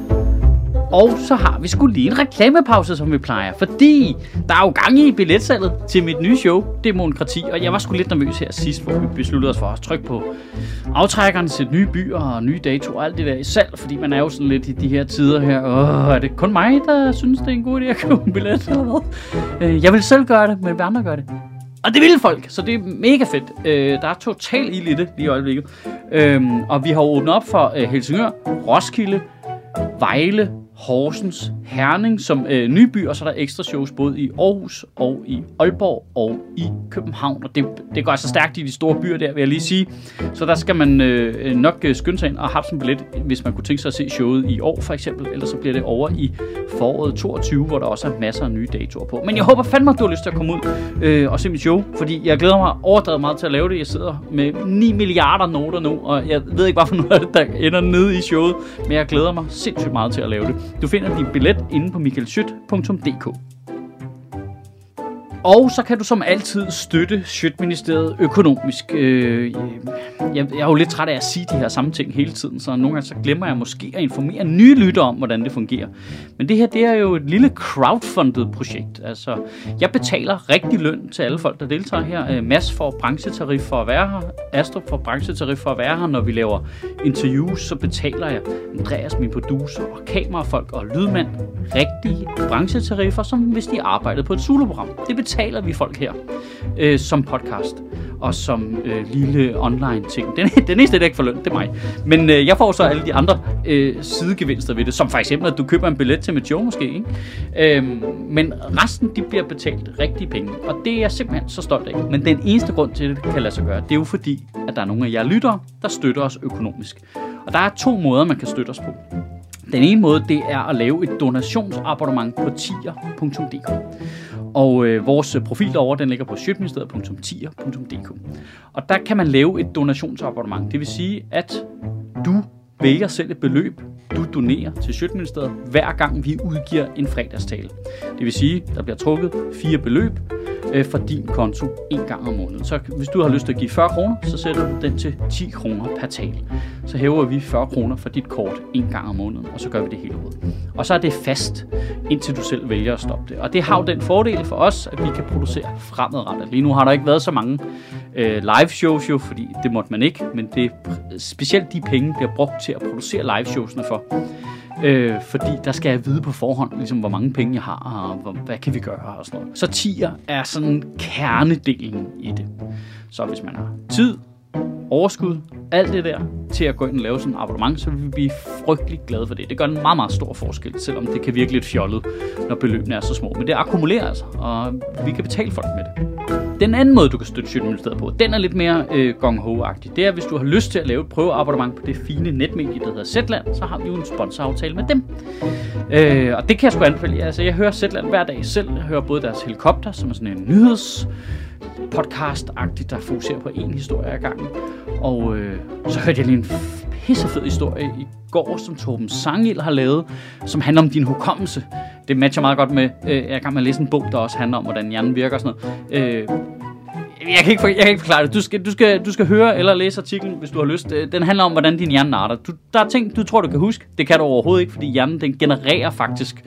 Og så har vi skulle lige en reklamepause, som vi plejer, fordi der er jo gang i billetsalget til mit nye show, Demokrati, og jeg var sgu lidt nervøs her sidst, hvor vi besluttede os for at trykke på aftrækkerne til nye byer og nye datoer og alt det der i salg, fordi man er jo sådan lidt i de her tider her, åh, er det kun mig, der synes, det er en god idé at købe en billet eller hvad? Øh, Jeg vil selv gøre det, men vil andre gøre det? Og det ville folk, så det er mega fedt. Øh, der er total ild i det lige i øjeblikket. Øhm, og vi har jo åbnet op for øh, Helsingør, Roskilde, Vejle, Horsens, Herning som øh, nye byer, og så er der ekstra shows både i Aarhus og i Aalborg og i København. Og det, det går altså stærkt i de store byer der, vil jeg lige sige. Så der skal man øh, nok øh, skynde sig ind og have en billet, hvis man kunne tænke sig at se showet i år for eksempel. Ellers så bliver det over i foråret 22, hvor der også er masser af nye datoer på. Men jeg håber fandme, at du har lyst til at komme ud øh, og se mit show, fordi jeg glæder mig overdrevet meget til at lave det. Jeg sidder med 9 milliarder noter nu, og jeg ved ikke, hvad for noget af det, der ender nede i showet, men jeg glæder mig sindssygt meget til at lave det. Du finder din billet inde på michaelschyt.dk. Og så kan du som altid støtte Sjøtministeriet økonomisk. Øh, jeg, jeg er jo lidt træt af at sige de her samme ting hele tiden, så nogle gange så glemmer jeg måske at informere nye lyttere om, hvordan det fungerer. Men det her, det er jo et lille crowdfundet projekt. Altså, jeg betaler rigtig løn til alle folk, der deltager her. Øh, Mads får branchetarif for at være her. Astrup får branchetarif for at være her. Når vi laver interviews, så betaler jeg Andreas, min producer, og kamerafolk og lydmand rigtige branchetariffer, som hvis de arbejdede på et soloprogram. Det betaler vi folk her øh, som podcast og som øh, lille online ting. Den, (laughs) den eneste, der ikke får løn, det er mig. Men øh, jeg får så alle de andre øh, sidegevinster ved det, som for eksempel, at du køber en billet til mit show måske. Ikke? Øhm, men resten, de bliver betalt rigtige penge, og det er jeg simpelthen så stolt af. Men den eneste grund til, at det kan lade sig gøre, det er jo fordi, at der er nogle af jer lyttere, der støtter os økonomisk. Og der er to måder, man kan støtte os på. Den ene måde, det er at lave et donationsabonnement på tier.dk. Og øh, vores øh, profil derovre, den ligger på sjøtministeriet.tier.dk. Og der kan man lave et donationsabonnement. Det vil sige, at du vælger selv et beløb, du donerer til Sjøtministeriet, hver gang vi udgiver en fredagstale. Det vil sige, der bliver trukket fire beløb øh, fra din konto en gang om måneden. Så hvis du har lyst til at give 40 kroner, så sætter du den til 10 kroner per tale. Så hæver vi 40 kroner fra dit kort en gang om måneden, og så gør vi det hele året. Og så er det fast, indtil du selv vælger at stoppe det. Og det har jo den fordel for os, at vi kan producere fremadrettet. Lige nu har der ikke været så mange øh, live shows jo, fordi det måtte man ikke, men det er pr- specielt de penge bliver brugt til at producere live showsene for. Øh, fordi der skal jeg vide på forhånd, ligesom, hvor mange penge jeg har, og hvor, hvad kan vi gøre og sådan noget. Så tier er sådan kernedelen i det. Så hvis man har tid, overskud, alt det der, til at gå ind og lave sådan en abonnement, så vil vi blive frygtelig glade for det. Det gør en meget, meget stor forskel, selvom det kan virke lidt fjollet, når beløbene er så små. Men det akkumulerer altså, og vi kan betale folk med det. Den anden måde, du kan støtte Sjøtministeriet på, den er lidt mere øh, gong ho -agtig. Det er, hvis du har lyst til at lave et prøveabonnement på det fine netmedie, der hedder Zetland, så har vi jo en sponsoraftale med dem. Øh, og det kan jeg sgu anbefale. Altså, jeg hører Zetland hver dag selv. Jeg hører både deres helikopter, som er sådan en nyheds podcast-agtigt, der fokuserer på en historie ad gangen. Og øh, så hørte jeg lige en f- pissefed historie i går, som Torben Sangel har lavet, som handler om din hukommelse. Det matcher meget godt med, øh, jeg er i gang med at læse en bog, der også handler om, hvordan hjernen virker og sådan noget. Øh, jeg kan, ikke, for- jeg kan ikke forklare det. Du skal, du, skal, du skal høre eller læse artiklen, hvis du har lyst. Øh, Den handler om, hvordan din hjerne narter. Du, der er ting, du tror, du kan huske. Det kan du overhovedet ikke, fordi hjernen den genererer faktisk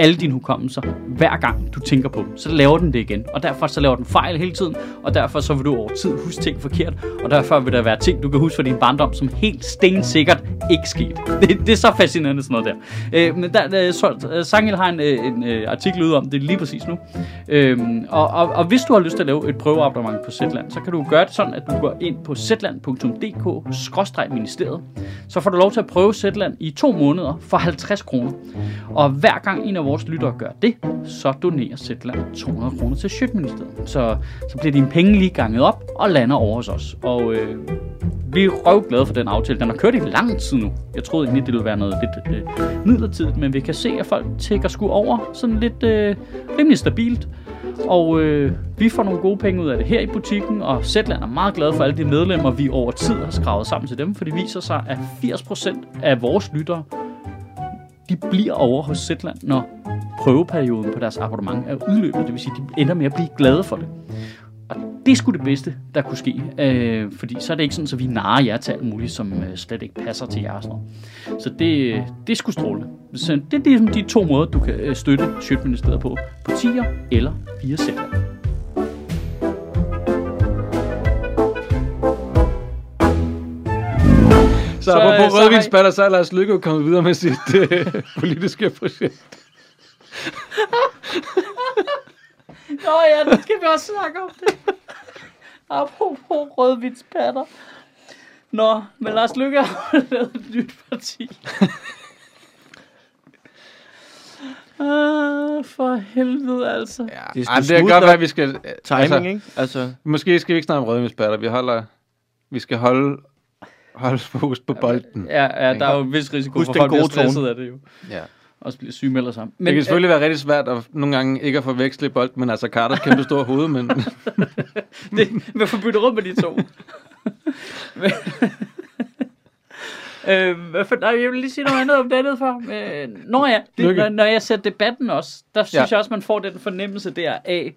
alle dine hukommelser, hver gang du tænker på dem. Så laver den det igen, og derfor så laver den fejl hele tiden, og derfor så vil du over tid huske ting forkert, og derfor vil der være ting, du kan huske fra din barndom, som helt stensikkert ikke skete. (laughs) Det, det er så fascinerende sådan noget der. Øh, men der, øh, så, øh, Sangel har en, øh, en øh, artikel ude om det lige præcis nu. Øh, og, og, og hvis du har lyst til at lave et prøveabonnement på Zetland, så kan du gøre det sådan, at du går ind på zetland.dk-ministeriet. Så får du lov til at prøve Zetland i to måneder for 50 kroner. Og hver gang en af vores lyttere gør det, så donerer Zetland 200 kroner til Sjøtministeriet. Så, så bliver dine penge lige ganget op og lander over hos os. Og øh, vi er røvglade for den aftale. Den har kørt i lang tid nu. Jeg troede egentlig, det ville være noget lidt øh, midlertidigt, men vi kan se, at folk tækker sgu over sådan lidt øh, rimelig stabilt. Og øh, vi får nogle gode penge ud af det her i butikken, og Zetland er meget glad for alle de medlemmer, vi over tid har skravet sammen til dem, for det viser sig, at 80% af vores lyttere de bliver over hos Zetland, når prøveperioden på deres abonnement er udløbet. Det vil sige, at de ender med at blive glade for det. Og det er sgu det bedste, der kunne ske. Øh, fordi så er det ikke sådan, at vi narer jer til alt muligt, som øh, slet ikke passer til jer. og Sådan noget. Så det, øh, det er sgu strålende. Så det er ligesom de to måder, du kan øh, støtte Sjøtministeriet på. På tier eller via Zetland. Så, Så, så øh, på så har I- rødvinsbatter, så er Lars Lykke jo kommet videre med sit øh, (laughs) politiske projekt. Nå ja, nu skal vi også snakke om det. Apropos rødvinspatter. Nå, men Lars Lykke har lavet et nyt parti. ah, for helvede altså. Ja. Ja, Det er sgu Ej, det smooth kan godt nok. være, at vi skal... Timing, altså, ikke? Altså, Måske skal vi ikke snakke om rødvinsbatter. Vi, holder, vi skal holde, holde fokus på bolden. Ja, ja, der er jo en vis risiko Husk for, at den folk bliver gode tone. stresset af det jo. Ja. Også bliver syge melder sammen. øh, Men, det kan selvfølgelig være rigtig svært at nogle gange ikke at forveksle bold, men altså Carters kæmpe store hoved, (laughs) men det, (laughs) man får byttet rundt med de (laughs) to. Men- (laughs) øh, hvad for, nej, jeg vil lige sige noget andet om det andet før. Øh, nå ja, det, Lykke. når, når jeg ser debatten også, der synes Ja. ja. jeg også, man får den fornemmelse der af,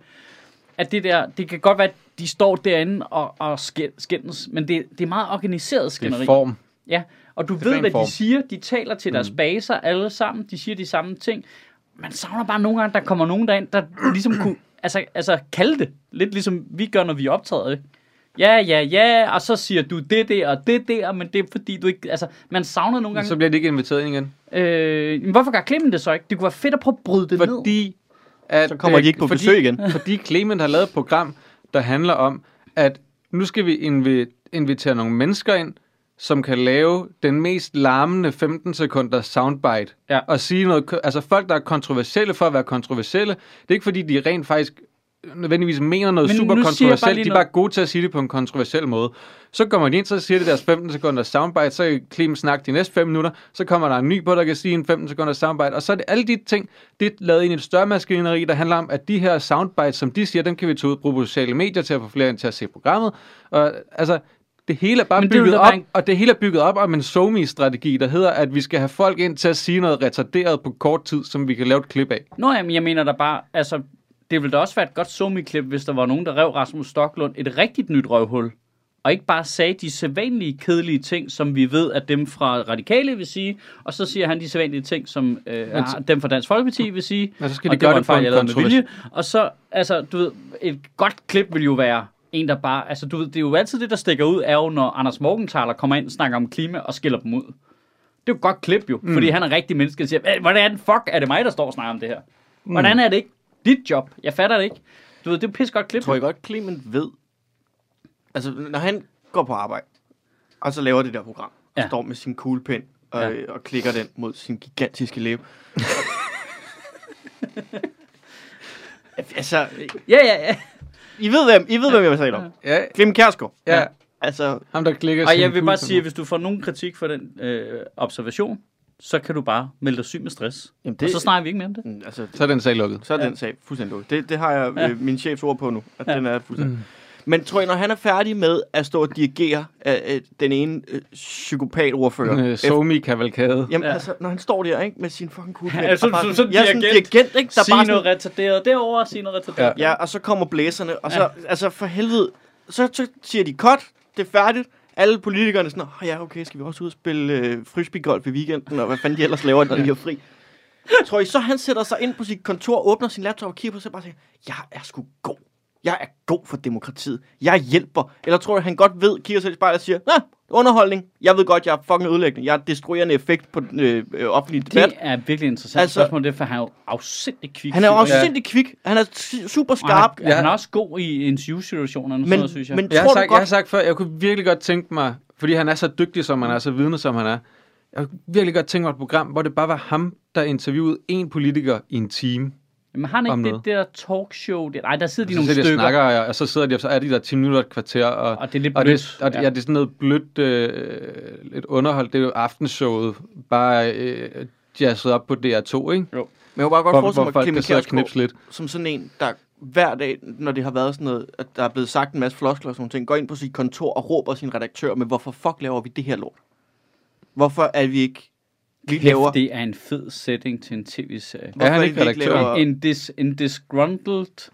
at det der, det kan godt være, at de står derinde og, og skæ- skændes, men det, det er meget organiseret det er skænderi. form. Ja, og du ren ved, hvad form. Mm. de siger. De taler til deres baser alle sammen. De siger de samme ting. Man savner bare nogle gange, der kommer nogen derind, der ligesom kunne altså, altså kalde det. Lidt ligesom vi gør, når vi optræder det. Ja, ja, ja, og så siger du det der og det der, men det er fordi du ikke... Altså, man savner nogle gange... Så bliver de ikke inviteret ind igen. Øh, men hvorfor gør Clemen det så ikke? Det kunne være fedt at prøve at bryde det ned. Fordi... At, så kommer de ikke på fordi, besøg igen. Fordi Clement har lavet et program, der handler om, at nu skal vi invi- invitere nogle mennesker ind, som kan lave den mest larmende 15 sekunder soundbite. Ja. Og sige noget, ko- altså folk, der er kontroversielle for at være kontroversielle, det er ikke fordi, de rent faktisk øh, nødvendigvis mener noget Men super nu siger jeg bare kontroversielt, lige de er noget. bare gode til at sige det på en kontroversiel måde. Så kommer de ind, så siger de deres 15 sekunder soundbite, så kan Clemen snakke de næste 5 minutter, så kommer der en ny på, der kan sige en 15 sekunder soundbite, og så er det alle de ting, det er lavet ind i et større maskineri, der handler om, at de her soundbites, som de siger, dem kan vi tage ud og bruge på sociale medier til at få flere ind til at se programmet. Og, altså, det hele er bare Men det ville bygget da op, være en- og det hele er bygget op om en somi-strategi, der hedder, at vi skal have folk ind til at sige noget retarderet på kort tid, som vi kan lave et klip af. Nå, jamen, jeg mener da bare... Altså, det ville da også være et godt somi-klip, hvis der var nogen, der rev Rasmus Stoklund et rigtigt nyt røvhul. Og ikke bare sagde de sædvanlige kedelige ting, som vi ved, at dem fra Radikale vil sige. Og så siger han de sædvanlige ting, som øh, har- dem fra Dansk Folkeparti vil sige. Men så skal og de gøre var det en på en jeg lavede med kontrovers- vilje. Og så, altså, du ved, et godt klip vil jo være en, der bare... Altså, du ved, det er jo altid det, der stikker ud, er jo, når Anders Morgenthaler kommer ind og snakker om klima og skiller dem ud. Det er jo et godt klip jo, mm. fordi han er rigtig menneske og siger, "Hvad- hvordan fuck er det mig, der står og snakker om det her? Hvordan er det ikke dit job? Jeg fatter det ikke. Du ved, det er et pisse godt klip. Tror jeg godt, Clement ved. Altså, når han går på arbejde, Og så laver det der program. Ja. Ja. Står med sin kuglepen og, ja. og klikker den mod sin gigantiske læbe. altså, Ja, ja, ja. I ved, hvem, I ved, hvem jeg taler om. Ja, Clem Kjærsgaard. ja. Altså, Ham, der klikker Og sin jeg vil bare kuglepen. sige, at hvis du får nogen kritik for den øh, observation, så kan du bare melde dig syg med stress. Jamen, Og det- så snakker vi ikke mere (laughs) om det. mm, altså Så er den sag lukket. så er Ja. ja. den sag fuldstændig lukket. Det, det har jeg Ja. ja. øh, min chefs ord på nu, at Ja. ja. den er fuldstændig. Mm. Men tror jeg, når han er færdig med at stå og dirigere øh, øh, den ene øh, psykopat-ordfører, En øh, efter- somi-kavalkade. Jamen Ja. ja. altså, når han står der, ikke, med sin fucking kugle. Ja, sådan- sådan- sådan jeg er sådan en dirigent. dirigent, ikke? Der Sige bare noget sådan, retarderet derovre, sige noget retarderet ja, og så kommer blæserne, og så, ja. altså for helvede, så, så siger de, cut, det er færdigt. Alle politikerne er sådan, oh, ja, okay, skal vi også ud og spille øh, frisbeegolf i weekenden, og hvad fanden de ellers laver, når de er fri. Tror I så, han sætter sig ind på sit kontor, åbner sin laptop og kigger på sig og bare siger, jeg er sgu god. Jeg er god for demokratiet. Jeg hjælper. Eller tror du, han godt ved, kigger sig i spejlet og siger, nej, underholdning. Jeg ved godt, jeg er fucking ødelæggende. Jeg er destruerende effekt på den øh, øh, offentlige debat. Det er virkelig et interessant altså, Altså- spørgsmål, det er, for han er jo afsindig kvik. Han er jo også Ja. ja. sindssygt kvik. Han er si- super Og han, skarp. ja. han er Ja. også god i interview-situationerne, og sådan Men- noget, synes jeg. men- Jeg har, Tror du sagt, godt- jeg har sagt før, jeg kunne virkelig godt tænke mig, fordi han er så dygtig, som han er, så vidende, som han er. Jeg kunne virkelig godt tænke mig et program, hvor det bare var ham, der interviewede en politiker i en time. Men har han Om ikke noget. det der talkshow? Det, nej, der sidder de Så nogle sidder de og stykker. snakker, og, og så sidder de, og så er de der 10 minutter og et kvarter. Og, Og det er lidt og blødt. det, og det, ja. Ja. det er sådan noget blødt, øh, lidt underholdt. Det er jo aftenshowet, bare øh, jazzet op på DR2, ikke? Jo. Men jeg kunne bare godt Hvor, forestille hvor mig, at folk Clemen kan sidde og Kjærsgaard, knipse lidt. som sådan en, der hver dag, når det har været sådan noget, at der er blevet sagt en masse floskler og sådan nogle ting, går ind på sit kontor og råber sin redaktør, men hvorfor fuck laver vi det her lort? Hvorfor er vi ikke... Vi laver... Kæft, det er en fed setting til en tv-serie. Hvorfor han vi ikke redaktør? laver- En, dis, en disgruntled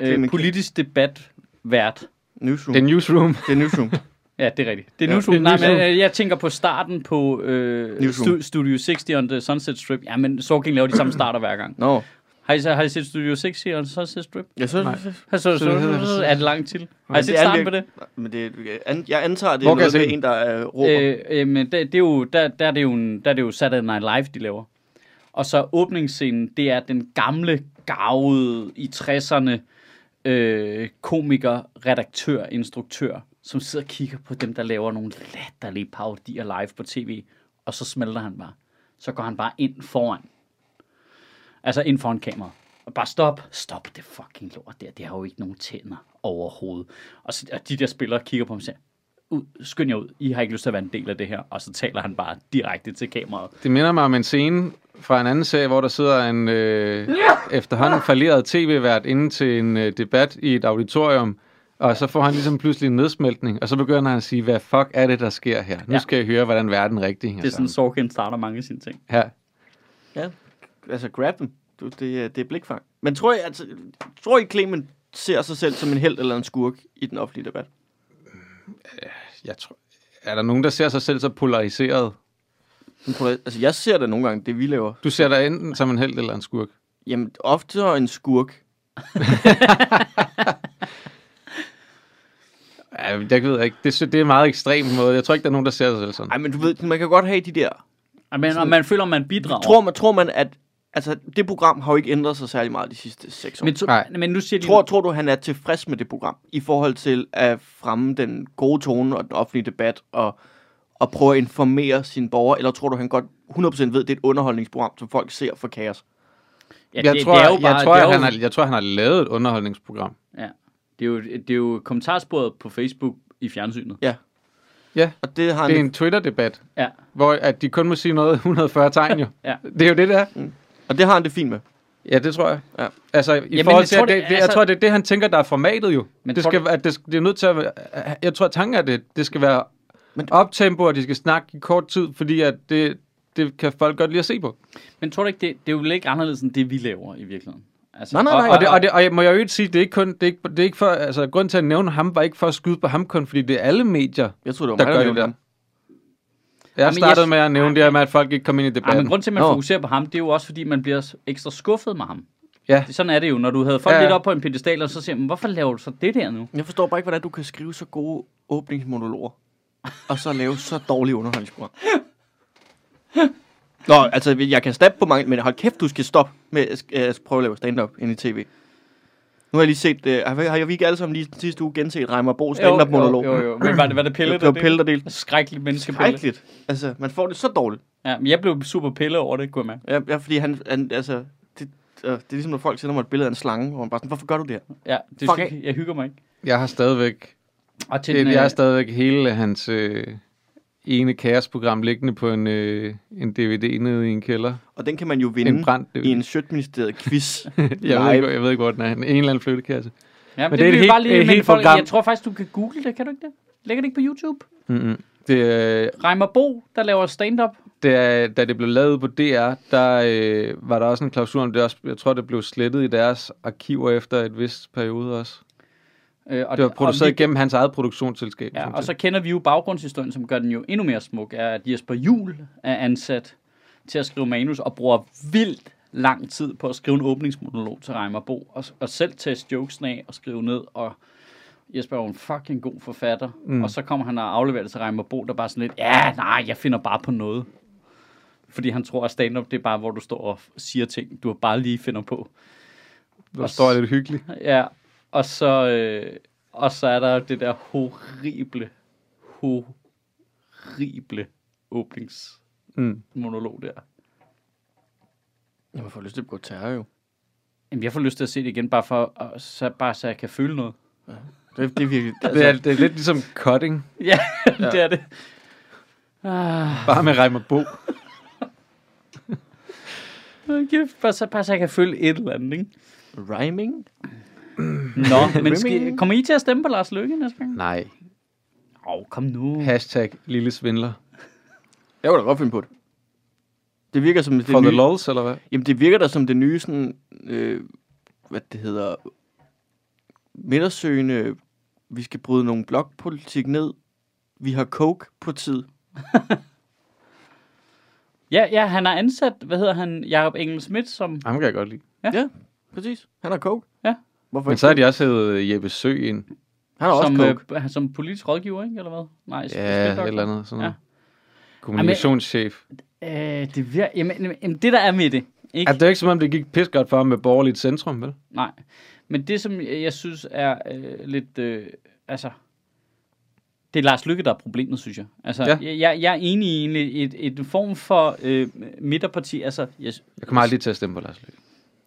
øh, Clement- politisk debat vært. Newsroom. Det er Newsroom. Det er Newsroom. Ja, det er rigtigt. Det er Ja, ja, Newsroom. det er Nej, men Newsroom. øh, jeg tænker på starten på øh, stu, Newsroom. Studio 60 on the Sunset Strip. Ja, men Sorking laver de samme starter hver gang. Nå. Har I, så- har I set Studio 60 on the Sunset Strip? Ja, så... Nej. Har så, så, så, så, er det langt til? Har I set starten på det? Men det er, an- jeg antager, at det Hvor er kan jeg noget se med den? en, der øh, råber. Øh, øh, men det, det er jo, der, der, er det jo en, der er det jo Saturday Night Live, de laver. Og så åbningsscenen, det er den gamle, gavede i 60'erne øh, komiker, redaktør, instruktør, som sidder og kigger på dem, der laver nogle latterlige parodier live på tv, og så smelter han bare. Så går han bare ind foran. Altså ind foran kamera. Og bare stop, stop det fucking lort der. Det har jo ikke nogen tænder overhovedet. Og, så, og de der spillere kigger på ham og siger, ud, skynd jer ud, I har ikke lyst til at være en del af det her. Og så taler han bare direkte til kameraet. Det minder mig om en scene fra en anden serie, hvor der sidder en øh, efterhånden falderet tv-vært inde til en øh, debat i et auditorium, og så får han ligesom pludselig en nedsmeltning, og så begynder han at sige, hvad fuck er det, der sker her? Nu Ja. skal jeg høre, hvordan verden rigtig hænger Det er sådan, sammen. Sorkin starter mange af sine ting. Her. Ja, altså grab dem. Du, det, er- det er blikfang. Men tror I, altså, tror I, Clemen ser sig selv som en held eller en skurk i den offentlige debat? Jeg tror, er der nogen, der ser sig selv så polariseret? Men prøv at- Altså, jeg ser det nogle gange, det vi laver. Du ser dig enten som en held eller en skurk. Jamen, oftere en skurk. Ja, Jeg ved ikke. Det, sy- det er en meget ekstrem måde. Jeg tror ikke, der er nogen, der ser sig selv sådan. Ej, men du ved, man kan godt have de der... Og man, og man føler, man bidrager. Tror man, tror man at... Altså, det program har jo ikke ændret sig særlig meget de sidste seks år. men, Men to, Nej. men nu siger de... tror, tror du, han er tilfreds med det program i forhold til at fremme den gode tone og den offentlige debat og, og prøve at informere sine borgere? Eller tror du, han godt 100% ved, det er et underholdningsprogram, som folk ser for kaos? ja, jeg, tror, jeg, jeg, tror, det er at han jo- har, jeg tror, han har lavet et underholdningsprogram. Ja. Det er, jo, det er jo kommentarsporet på Facebook i fjernsynet. Ja. Ja, Og det har det er han, en Twitter-debat. Ja. Hvor at de kun må sige noget (laughs) 140 tegn jo. Ja. Det er jo det, der. og det, har han det fint med. Ja, det tror jeg. Ja. Altså, i jeg Jamen, forhold til, tror, at det, det- det, jeg altså- tror, det er det, han tænker, der er formatet jo. Men Men det, tror skal, du- at det, det er nødt til at, være- jeg tror, at tanken er det, det skal være Men- Men... optempo, og de skal snakke i kort tid, fordi at det, det kan folk godt lide at se på. Men tror du ikke, det, det er jo lidt anderledes end det, vi laver i virkeligheden? Altså, Nej, nej, nej. Og, det, og, det, og jeg må jeg jo ikke sige, det er ikke kun, det er ikke, det er ikke for, altså, grunden til at nævne ham, var ikke for at skyde på ham kun, fordi det er alle medier, Jeg tror, det var der mig, gør nævnte det der. ham. Jeg jeg startede sy- med at nævne det her med, at folk ikke kom ind i Ej, men debatten. grunden til, at man Nå. fokuserer på ham, det er jo også, fordi man bliver s- ekstra skuffet med ham. Ja. Det- Sådan er det jo. Når du havde folk Ja, ja. lidt op på en pedestal, og så siger man, hvorfor laver du så det der nu? Jeg forstår bare ikke, hvordan du kan skrive så gode åbningsmonologer, og så lave så dårlige underholdningsprogram. (laughs) Nå, altså, jeg kan stoppe på mange, men hold kæft, du skal stoppe med at sk- øh, at prøve at lave stand-up inde i tv. Nu har jeg lige set, øh, har, vi, har vi ikke alle sammen lige den sidste uge genset Reimer Bo stand-up monolog? Jo, jo, jo. Men var det, var det pille, Det var pille, der delte. Skrækkeligt menneskepille. Skrækkeligt. Altså, man får det så dårligt. Ja, men jeg blev super pille over det, kunne jeg mærke. Ja, ja fordi han, han altså, det, øh, det er ligesom, når folk sender mig et billede af en slange, hvor man bare sådan, hvorfor gør du det her? Ja, det Fuck Fuck. Jeg, jeg hygger mig ikke. Jeg har stadigvæk, Og til den, det, jeg øh, har stadigvæk hele hans øh, ene kaosprogram liggende på en, øh, en DVD nede i en kælder. Og den kan man jo vinde En brændt DVD. i en sødministeriet (laughs) quiz. Jeg ved, ikke, jeg ved ikke, hvor den er. En eller anden flyttekasse. Ja, Men men det, det er det et vil vi bare helt- lige et minde helt folk. program. Jeg tror faktisk, du kan google det. Kan du ikke det? Lægger det ikke på YouTube? Mm-hmm. Det, øh, Reimer Bo, der laver stand-up. det er, da det blev lavet på DR, der øh, var der også en klausul om det. Også, jeg tror, det blev slettet i deres arkiver efter et vist periode også. Øh, og, Det var produceret og vi... gennem hans eget produktionsselskab. Ja, sådan og set. så kender vi jo baggrundshistorien, som gør den jo endnu mere smuk, er, at Jesper Jul er ansat til at skrive manus og bruger vildt lang tid på at skrive en åbningsmonolog til Reimer Bo, og, og selv teste jokesen af og skrive ned, og Jesper er jo en fucking god forfatter, mm. og så kommer han og afleverer det til Reimer Bo, der bare sådan lidt, ja, nej, jeg finder bare på noget. Fordi han tror, at stand-up, det er bare, hvor du står og siger ting, du bare lige finder på. Det var står lidt hyggeligt. Ja, og så, øh, og så er der det der horrible, horrible åbningsmonolog Mm. der. Jamen, (laughs) jeg får lyst til at gå terror jo. Jamen, jeg får lyst til at se det igen, bare, for, og så, bare så jeg kan føle noget. Det, det er virkelig... Det, Det, er, altså, det er lidt ligesom cutting, Ja, (laughs) ja. det er det. Ah, bare med Reimer Bo. kæft, bare, så, bare så jeg kan føle et eller andet, ikke? rhyming? (laughs) Nå, men skal, Rimming. kommer I til at stemme på Lars Løkke næste gang? Nej. Åh, oh, kom nu. Hashtag lille svindler. Jeg kunne da godt finde på det. Det virker som det For nye... the lols, eller hvad? Jamen, det virker da som det nye sådan... Øh, hvad det hedder... Midtersøgende... Vi skal bryde nogle blokpolitik ned. Vi har coke på tid. Ja, ja, han har ansat, hvad hedder han, Jacob Engel Schmidt, som... Ham kan jeg godt lide. Ja, præcis. Han har coke. Ja. Hvorfor Men ikke? så har de også heddet øh, Jeppe Sø ind. Han har som, også coke. øh, som politisk rådgiver, ikke? Eller hvad? Nej, Ja, spildoktor. et eller andet. Sådan Ja. noget. Kommunikationschef. Øh, det vir- jamen, jamen, jamen, det der er med det, ikke? Altså, det er jo ikke som om, det gik pis godt for ham med borgerligt centrum, vel? Nej. Men det, som jeg jeg synes er øh, lidt... Øh, altså, det er Lars Lykke, der er problemet, synes jeg. Altså, ja. Ja. jeg, jeg jeg er enig i en, et, et form for øh, midterparti. Altså, jeg, Jeg kommer aldrig til at stemme på Lars Løkke.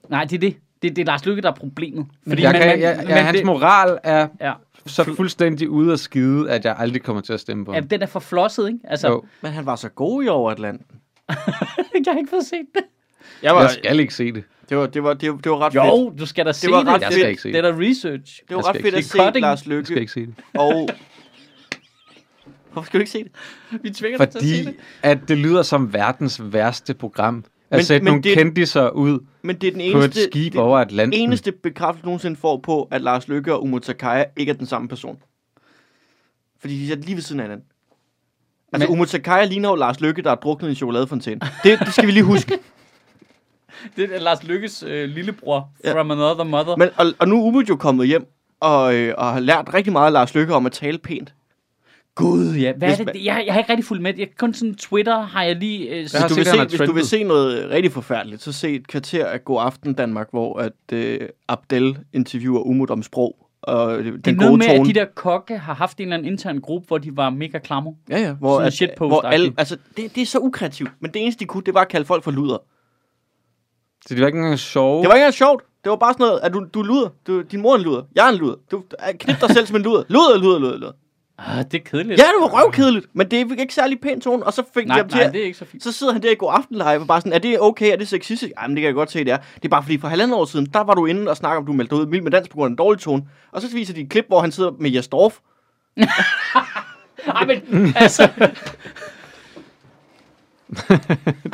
nej, det er det. Det, det er Lars Lykke, der er problemet. Fordi jeg man- kan, man- jeg, man- jeg, hans det- moral er Ja, så fuldstændig ude at skide, at jeg aldrig kommer til at stemme på ja, ham. den er for flosset, ikke? Altså, Jo, Men han var så god i over Atlanten. (laughs) jeg har ikke fået set det. Jeg var, jeg skal ikke se det. det, var, det, var, det, var, det var ret fedt. Jo, du skal da se var det. Jeg ret det. skal fedt. ikke se Det er det. da research. Det var Jeg ret skal fedt ikke at se se det. Cutting. Lars Jeg skal Løkke. ikke se det. Og... Hvorfor skal du ikke se det? Vi tvinger dig til at se Fordi det. at det lyder som verdens værste program. At Men- men, sætte men nogle det- det... kendiser ud Men det er den på et eneste, skib det, over Atlanten. eneste bekræftelse, du nogensinde får på, at Lars Løkke og Umut Sakai ikke er den samme person. Fordi de er lige ved siden af hinanden. Altså, Men- Men... Umut Sakai ligner jo Lars Løkke, der er druknet i en chokoladefontæne. Det, det skal vi lige (laughs) huske. Det er Lars Lykkes øh, lillebror Ja. from another mother. Men, og, og nu er Umut jo kommet hjem og, øh, og har lært rigtig meget af Lars Løkke om at tale pænt. Gud, ja. Hvad Hvis er man- det? Jeg, jeg har ikke rigtig fulgt med. Jeg, kun sådan Twitter har jeg lige... Øh, Jeg Hvis har du, set, vil at se, han er hvis du vil trendet. se noget rigtig forfærdeligt, så se et kvarter af God Aften Danmark, hvor at, øh, Abdel interviewer Umut om sprog og øh, det er den noget gode med, at tone. de der kokke har haft en eller anden intern gruppe, hvor de var mega klamme. Ja, ja. Hvor, Sådan at, shitpost-agtigt. hvor alle, altså, det, det er så ukreativt, men det eneste, de kunne, det var at kalde folk for luder. Oh. Så det var ikke engang sjovt. Det var ikke engang sjovt. Det var bare sådan noget, at du, du er luder. Du, din mor er en luder. Jeg er en luder. Du øh, knip dig selv som en luder. Luder, luder, luder, (laughs) luder. Ah, det er kedeligt. Ja, det var røvkedeligt, men det er ikke særlig pæn tone. Og så fik nej, jeg nej, det er ikke så fint. Så sidder han der i god aftenleje og bare sådan, er det okay, er det sexistisk? Jamen, det kan jeg godt se, det er. Det er bare fordi, for halvandet år siden, der var du inde og snakke om, du meldte dig ud i vild med dans på grund af en dårlig tone. Og så viser de et klip, hvor han sidder med Jes Dorf. Ej, men altså... (laughs)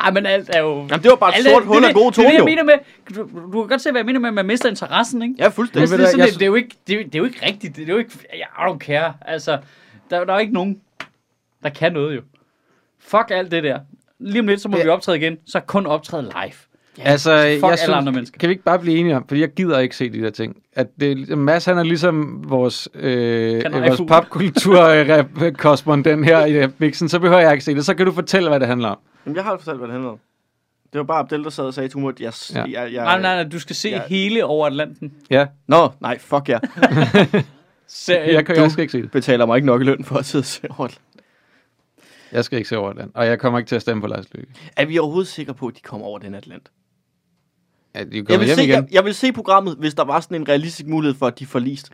Ej, men alt er jo... Jamen, det var bare et Alt er- sort hul det, af det- gode Det er tone, det, jo. jeg mener med... Du, du kan godt se, hvad jeg mener med, at man mister interessen, ikke? Ja, det, fuldstændig. Altså, det, er sådan, jeg det, det, er jo ikke, det, er- det er jo ikke rigtigt. Det er jo ikke... Jeg I don't care. Altså, der, der er jo ikke nogen, der kan noget jo. Fuck alt det der. Lige om lidt, så må Ja. vi optræde igen. Så kun optræde live. Altså, jeg alle synes, andre mennesker. Kan vi ikke bare blive enige om, fordi jeg gider ikke se de der ting, at det, Mads, han er ligesom vores, øh, øh, vores Kanariefugl. popkultur-korrespondent her i øh, Vixen, så behøver jeg ikke se det. Så kan du fortælle, hvad det handler om. Jamen, jeg har fortalt, hvad det handler om. Det var bare Abdel, der sad og sagde til Umut, jeg... Ja. Ja. jeg, jeg Nej, nej, nej, du skal se Jeg- hele over Atlanten. Ja, Nå, nej, fuck ja. Yeah. Serien. jeg, kan, jeg skal ikke se det. Betaler mig ikke nok i løn for at sidde og se Overland. Jeg skal ikke se Overland. Og jeg kommer ikke til at stemme på Lars Løkke. Er vi overhovedet sikre på, at de kommer over den Atlant? Ja, de Jeg kommer vil, hjem se, igen. jeg, jeg vil se programmet, hvis der var sådan en realistisk mulighed for, at de forlist.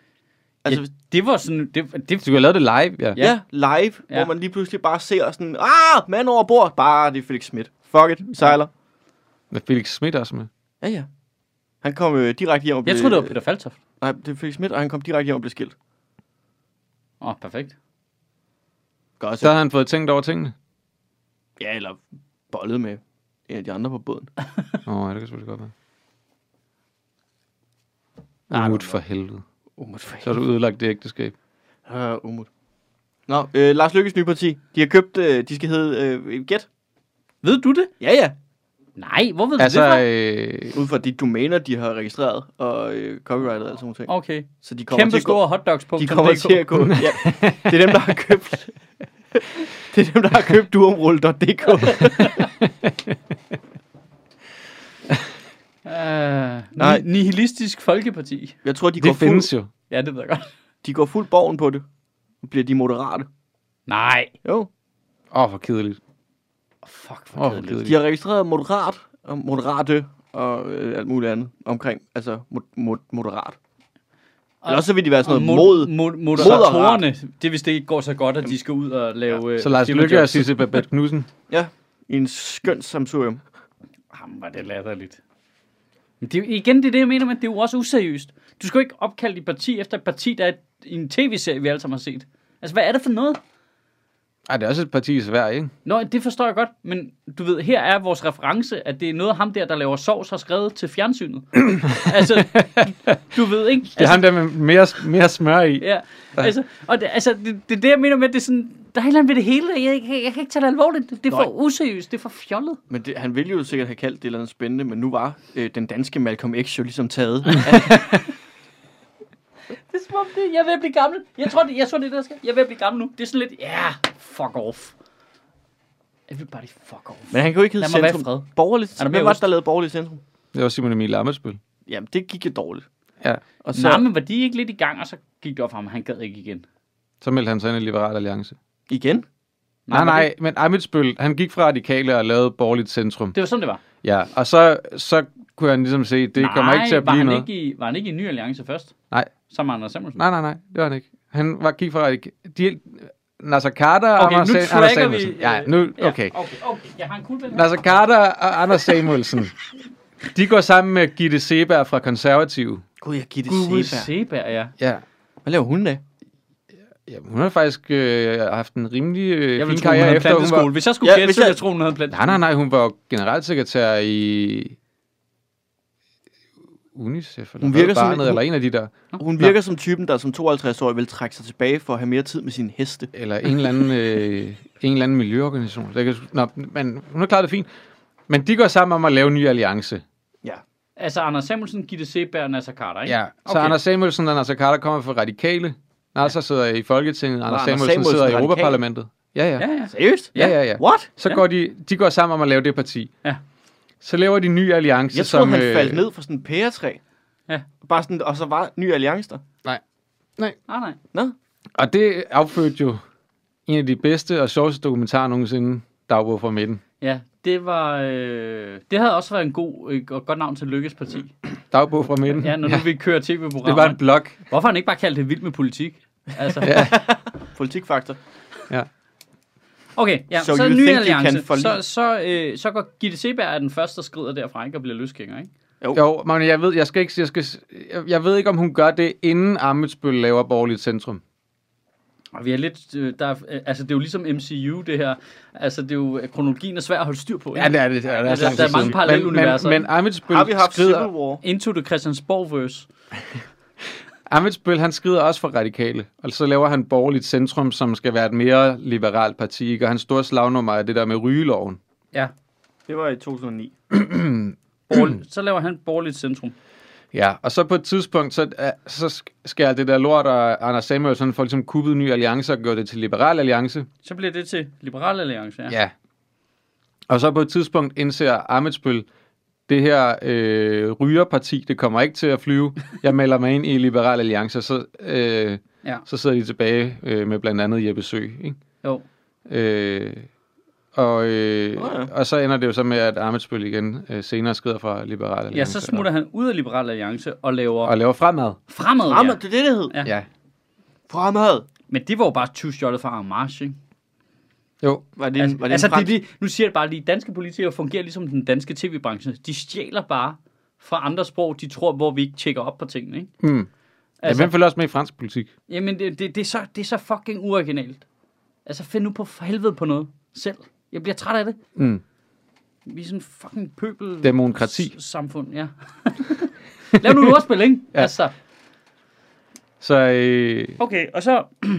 Altså, Altså, hvis- det var sådan... Det, Du det, kunne have lavet det live, ja. ja, ja live, ja. Ja. hvor man lige pludselig bare ser sådan, ah, mand over bord, bare det er Felix Schmidt. Fuck it, vi sejler. Med Felix Schmidt også med. Ja, ja. Han kom øh, direkte hjem og blev... jeg troede, det var Peter Faltoft. Nej, det er Felix Schmidt, og han kom direkte hjem og blev skilt. Åh, oh, perfekt. Godt, Så så... havde han fået tænkt over tingene. Ja, eller bollet med en af de andre på båden. Åh, oh, det kan selvfølgelig godt være. Nej, Umut det for var- helvede. Umut for Så har du ødelagt det ægteskab. helvede. Uh, Umut. Nå, øh, Lars Lykkes nye parti. De har købt, øh, de skal hedde øh, Get. Ved du det? Ja, ja. Nej, hvor ved du Altså, det fra? øh, Ud fra de domæner, de har registreret og øh, copyrightet og sådan nogle ting. Okay. Så de kommer Kæmpe til at gå, store hotdogs på. de kommer til at gå. Ja. Det er dem, der har købt. Det er dem, der har købt duomrulle.dk. Nej. Uh, nihilistisk folkeparti. Jeg tror, de går, det fuld, findes jo. Ja, det ved jeg godt. de går fuld borgen på det. Nu bliver de moderate. Nej. Jo. Åh, oh, hvor kedeligt. Oh, fuck, Åh, for oh, hvor kedeligt. De kedeligt. har registreret moderat og moderate og øh, alt muligt andet omkring. Altså mod, mod, moderat. Eller også så vil de være sådan noget mod. mod, moderatorerne, det hvis det ikke går så godt, at de skal ud og lave... øh, Så Lars firmajobs. Lykke og Sisse Babette Knudsen. Ja, i en skøn samsurium. Jamen, var det latterligt. Men det er jo, igen, det er det, jeg mener, men det er jo også useriøst. Du skal jo ikke opkalde dit parti efter et parti, der er et, i en tv-serie, vi alle sammen har set. Altså, hvad er det for noget? Ej, det er også et parti i Sverige, ikke? Nå, det forstår jeg godt, men du ved, her er vores reference, at det er noget, ham der, der laver sovs, har skrevet til fjernsynet. altså, du ved ikke... altså, Det er ham der med mere, mere smør i. Ja, altså, og det, altså, det, det er det, jeg mener med, at det er sådan, der er et eller andet ved det hele, og jeg, jeg, jeg kan ikke tage det alvorligt. Det, det er for useriøst, det er for fjollet. Men det, han ville jo sikkert have kaldt det et eller andet spændende, men nu var øh, den danske Malcolm X jo ligesom taget. Det er som om, det, jeg er ved at blive gammel. Jeg tror, det, jeg tror, det er det, der sker. Jeg er ved at blive gammel nu. Det er sådan lidt, ja, yeah, fuck off. Everybody fuck off. Men han kan jo ikke hedde Lad mig være i Centrum. fred. Borgerligt. Er der Hvem mere var det, ost? der lavede Borgerligt Centrum? Det var Simon Emil Amesbøl. Jamen, det gik jo dårligt. Ja. Og Så... Nej, men var de ikke lidt i gang, og så gik det op for ham, han gad ikke igen. Så meldte han sig ind i Liberal Alliance. igen. Nej, men nej, Det, men Amitsbøl, han gik fra radikale og lavede borgerligt centrum. det var sådan, det var. Ja, og så, så kunne han ligesom se, det nej, kommer ikke til at var blive han noget. Ikke i, var han ikke i Ny Alliance først? Nej. Som Anders Samuelsen? Nej, nej, nej, det var han ikke. Han var gik fra radikale. De, Nasser Carter og Okay, Anders, nu Sa- Anders tracker Samuelsen. vi... øh, Ja, nu, ja, okay. okay, okay. Jeg har en kuglepen her. Nasser Carter og Anders (laughs) Samuelsen, de går sammen med Gitte Seberg fra Konservative. Gud, jeg giver Gud, det Seberg. Seberg, ja. Ja, Hvad laver hun da? ja hun har faktisk øh, haft en rimelig øh, fin Jeg ville tro, hun havde karriere efter, hun planteskole. var... Hvis jeg skulle Ja, gætte, hvis så ville jeg- jeg tro, hun havde planteskole. Nej, nej, nej, hun var generalsekretær i UNICEF, eller Hun hun virker virker som en- barnet, eller en af de der, Hun virker som typen, der som 52-årig vil trække sig tilbage for at have mere tid med sine heste. eller en eller anden, øh, en eller anden miljøorganisation. Jeg kan, sgu- nå, men hun har klaret det fint. Men de går sammen om at lave en ny alliance. Ja. Altså Anders Samuelsen, Gitte Seberg og Nasser Carter, ikke? Ja, så Okay. Anders Samuelsen og Nasser Carter kommer fra Radikale. Nasser sidder i Folketinget, Anders Samuelsen, Samuelsen sidder i radikal? Europaparlamentet. Ja, ja. Ja, ja. Seriøst? Ja, ja, ja. What? Så Ja. går de, de går sammen om at lave det parti. Ja. Så laver de en ny alliance, Jeg som... øh, troede, han faldt ned fra sådan en pæretræ. øh, Ja. Bare sådan, og så var ny alliance der. Ah, Nej, nej. Nå? Og det affødte jo en af de bedste og sjoveste dokumentarer nogensinde, Dagbog fra midten. Ja, det var... Øh, det havde også været en god øh, og godt navn til Lykkes parti. Dagbog fra midten. Ja, når nu vi kører tv-programmer. Det var en blog. Hvorfor har han ikke bare kaldt det vild med politik? Altså, Politikfaktor. okay, ja, So so så you en ny think you alliance. can for- Så, så, øh, så går Gitte Seberg er den første, der skrider derfra, ikke? Og bliver løsgænger, ikke? Jo, men jeg ved, jeg skal ikke, jeg skal, jeg, jeg ved ikke, om hun gør det, inden Amitsbøl laver borgerligt centrum. Og vi er lidt... Øh, der er, øh, altså, det er jo ligesom MCU, det her. Altså, det er jo... øh, Kronologien er svær at holde styr på, ikke? Ja, det er det. Det er, det der- lang der er tid mange siden. paralleluniverser, Men, men, ikke? men Amitsbøl Har vi haft skrider, Civil War? Into the Christiansborg-verse. Amitsbøl, han skrider også for radikale, og så laver han borgerligt centrum, som skal være et mere liberalt parti, ikke? og hans store slagnummer er det der med rygeloven. Ja. Det var i 2009. Borgerlig- så laver han borgerligt centrum. Ja, og så på et tidspunkt, så, øh, så sk- skærer det der lort, og Anders Samuelsen får ligesom kuppet en ny alliance og gør det til liberal alliance. Så bliver det til Liberal Alliance, ja. Ja. Og så på et tidspunkt indser Amitsbøl, det her øh, rygerparti, det kommer ikke til at flyve. Jeg melder mig ind i Liberal Alliance, så, øh, Ja. så sidder de tilbage øh, med blandt andet Jeppe Sø. Ikke? Jo. Øh, og, øh, Nå ja. og så ender det jo så med, at Amitsbøl igen øh, senere skrider fra Liberal Alliance. Ja, så smutter han ud af Liberal Alliance og laver Og laver fremad. fremad. Fremad, Ja. det er det, det hed. Ja. Ja. Fremad. Men det var jo bare tyvstjålet fra Armage, ikke? Jo, Var det en, Altså, var det altså en fransk? det, det, nu siger jeg bare lige, danske politikere fungerer ligesom den danske tv-branche. De stjæler bare fra andre sprog, de tror, hvor vi ikke tjekker op på tingene, ikke? mm. altså, Altså, ja, hvem følger også med i fransk politik? Jamen, det, det, det, er så, det er så fucking uoriginalt. Altså, find nu på for helvede på noget selv. Jeg bliver træt af det. Mm. Vi er sådan fucking pøbel... Demokrati. s- Samfund, ja. (laughs) Lav nu et ordspil, ikke? Ja. ja. Altså, Så øh, okay, og så... (clears throat)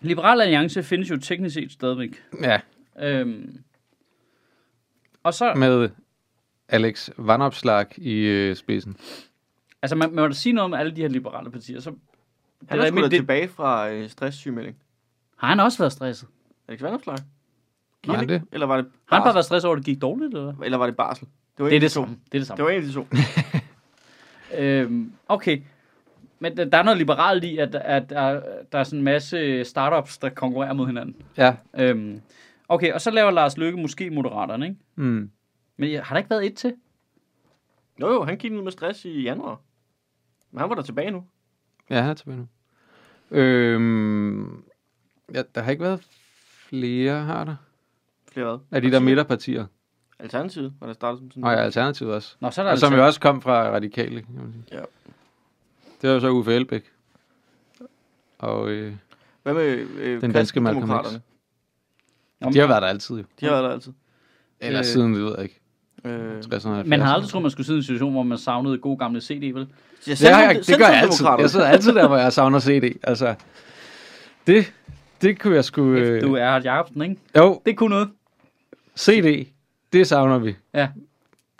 Liberal Alliance findes jo teknisk set stadigvæk. ja, Øhm, og så... med Alex Vanopslag i øh, spidsen. Altså, man, man må da sige noget om alle de her liberale partier. Så, Han det er er sgu da mit- det- tilbage fra øh, stresssygemelding. har han også været stresset? Alex Vandopslag? Har han det? Eller var det Har han bare barsel? været stresset over, at det gik dårligt? Eller? hvad? Eller var det barsel? var Det er en det af de to. samme. Det er det samme. Det var en af de to. Øhm, okay. Men der der er noget liberalt i, at, at, at der er sådan en masse startups, der konkurrerer mod hinanden. Ja. Øhm, okay, og så laver Lars Løkke måske Moderaterne, ikke? Mm. Men jeg- har der ikke været et til? Jo jo, han gik ned med stress i januar. Men han var der tilbage nu. Ja, han er tilbage nu. Øhm, ja, der har ikke været flere, har der? Flere hvad? Af de der midterpartier. Alternativet var der startet som sådan. Og ja, Mm. Alternativet også. Nå, så er der Og som altså- jo også kom fra Radikale, kan man sige. Ja. Det var jo så Uffe Elbæk. Og øh, Hvad med øh, den danske Malcolm X. Kristendemokraterne? De har været der altid, jo. De har været der altid. Eller Øh, øh, siden, det ved jeg ikke. Øh, 60'erne Man har aldrig troet, man skulle sidde i en situation, hvor man savnede god gamle CD, vel? ja, det, har jeg, det gør jeg altid. Centrumdemokraterne. Jeg sidder altid der, hvor jeg savner CD. Altså, det, det kunne jeg sgu... Øh, Du er Harald Jacobsen, ikke? jo, Det kunne noget. CD, det savner vi. Ja.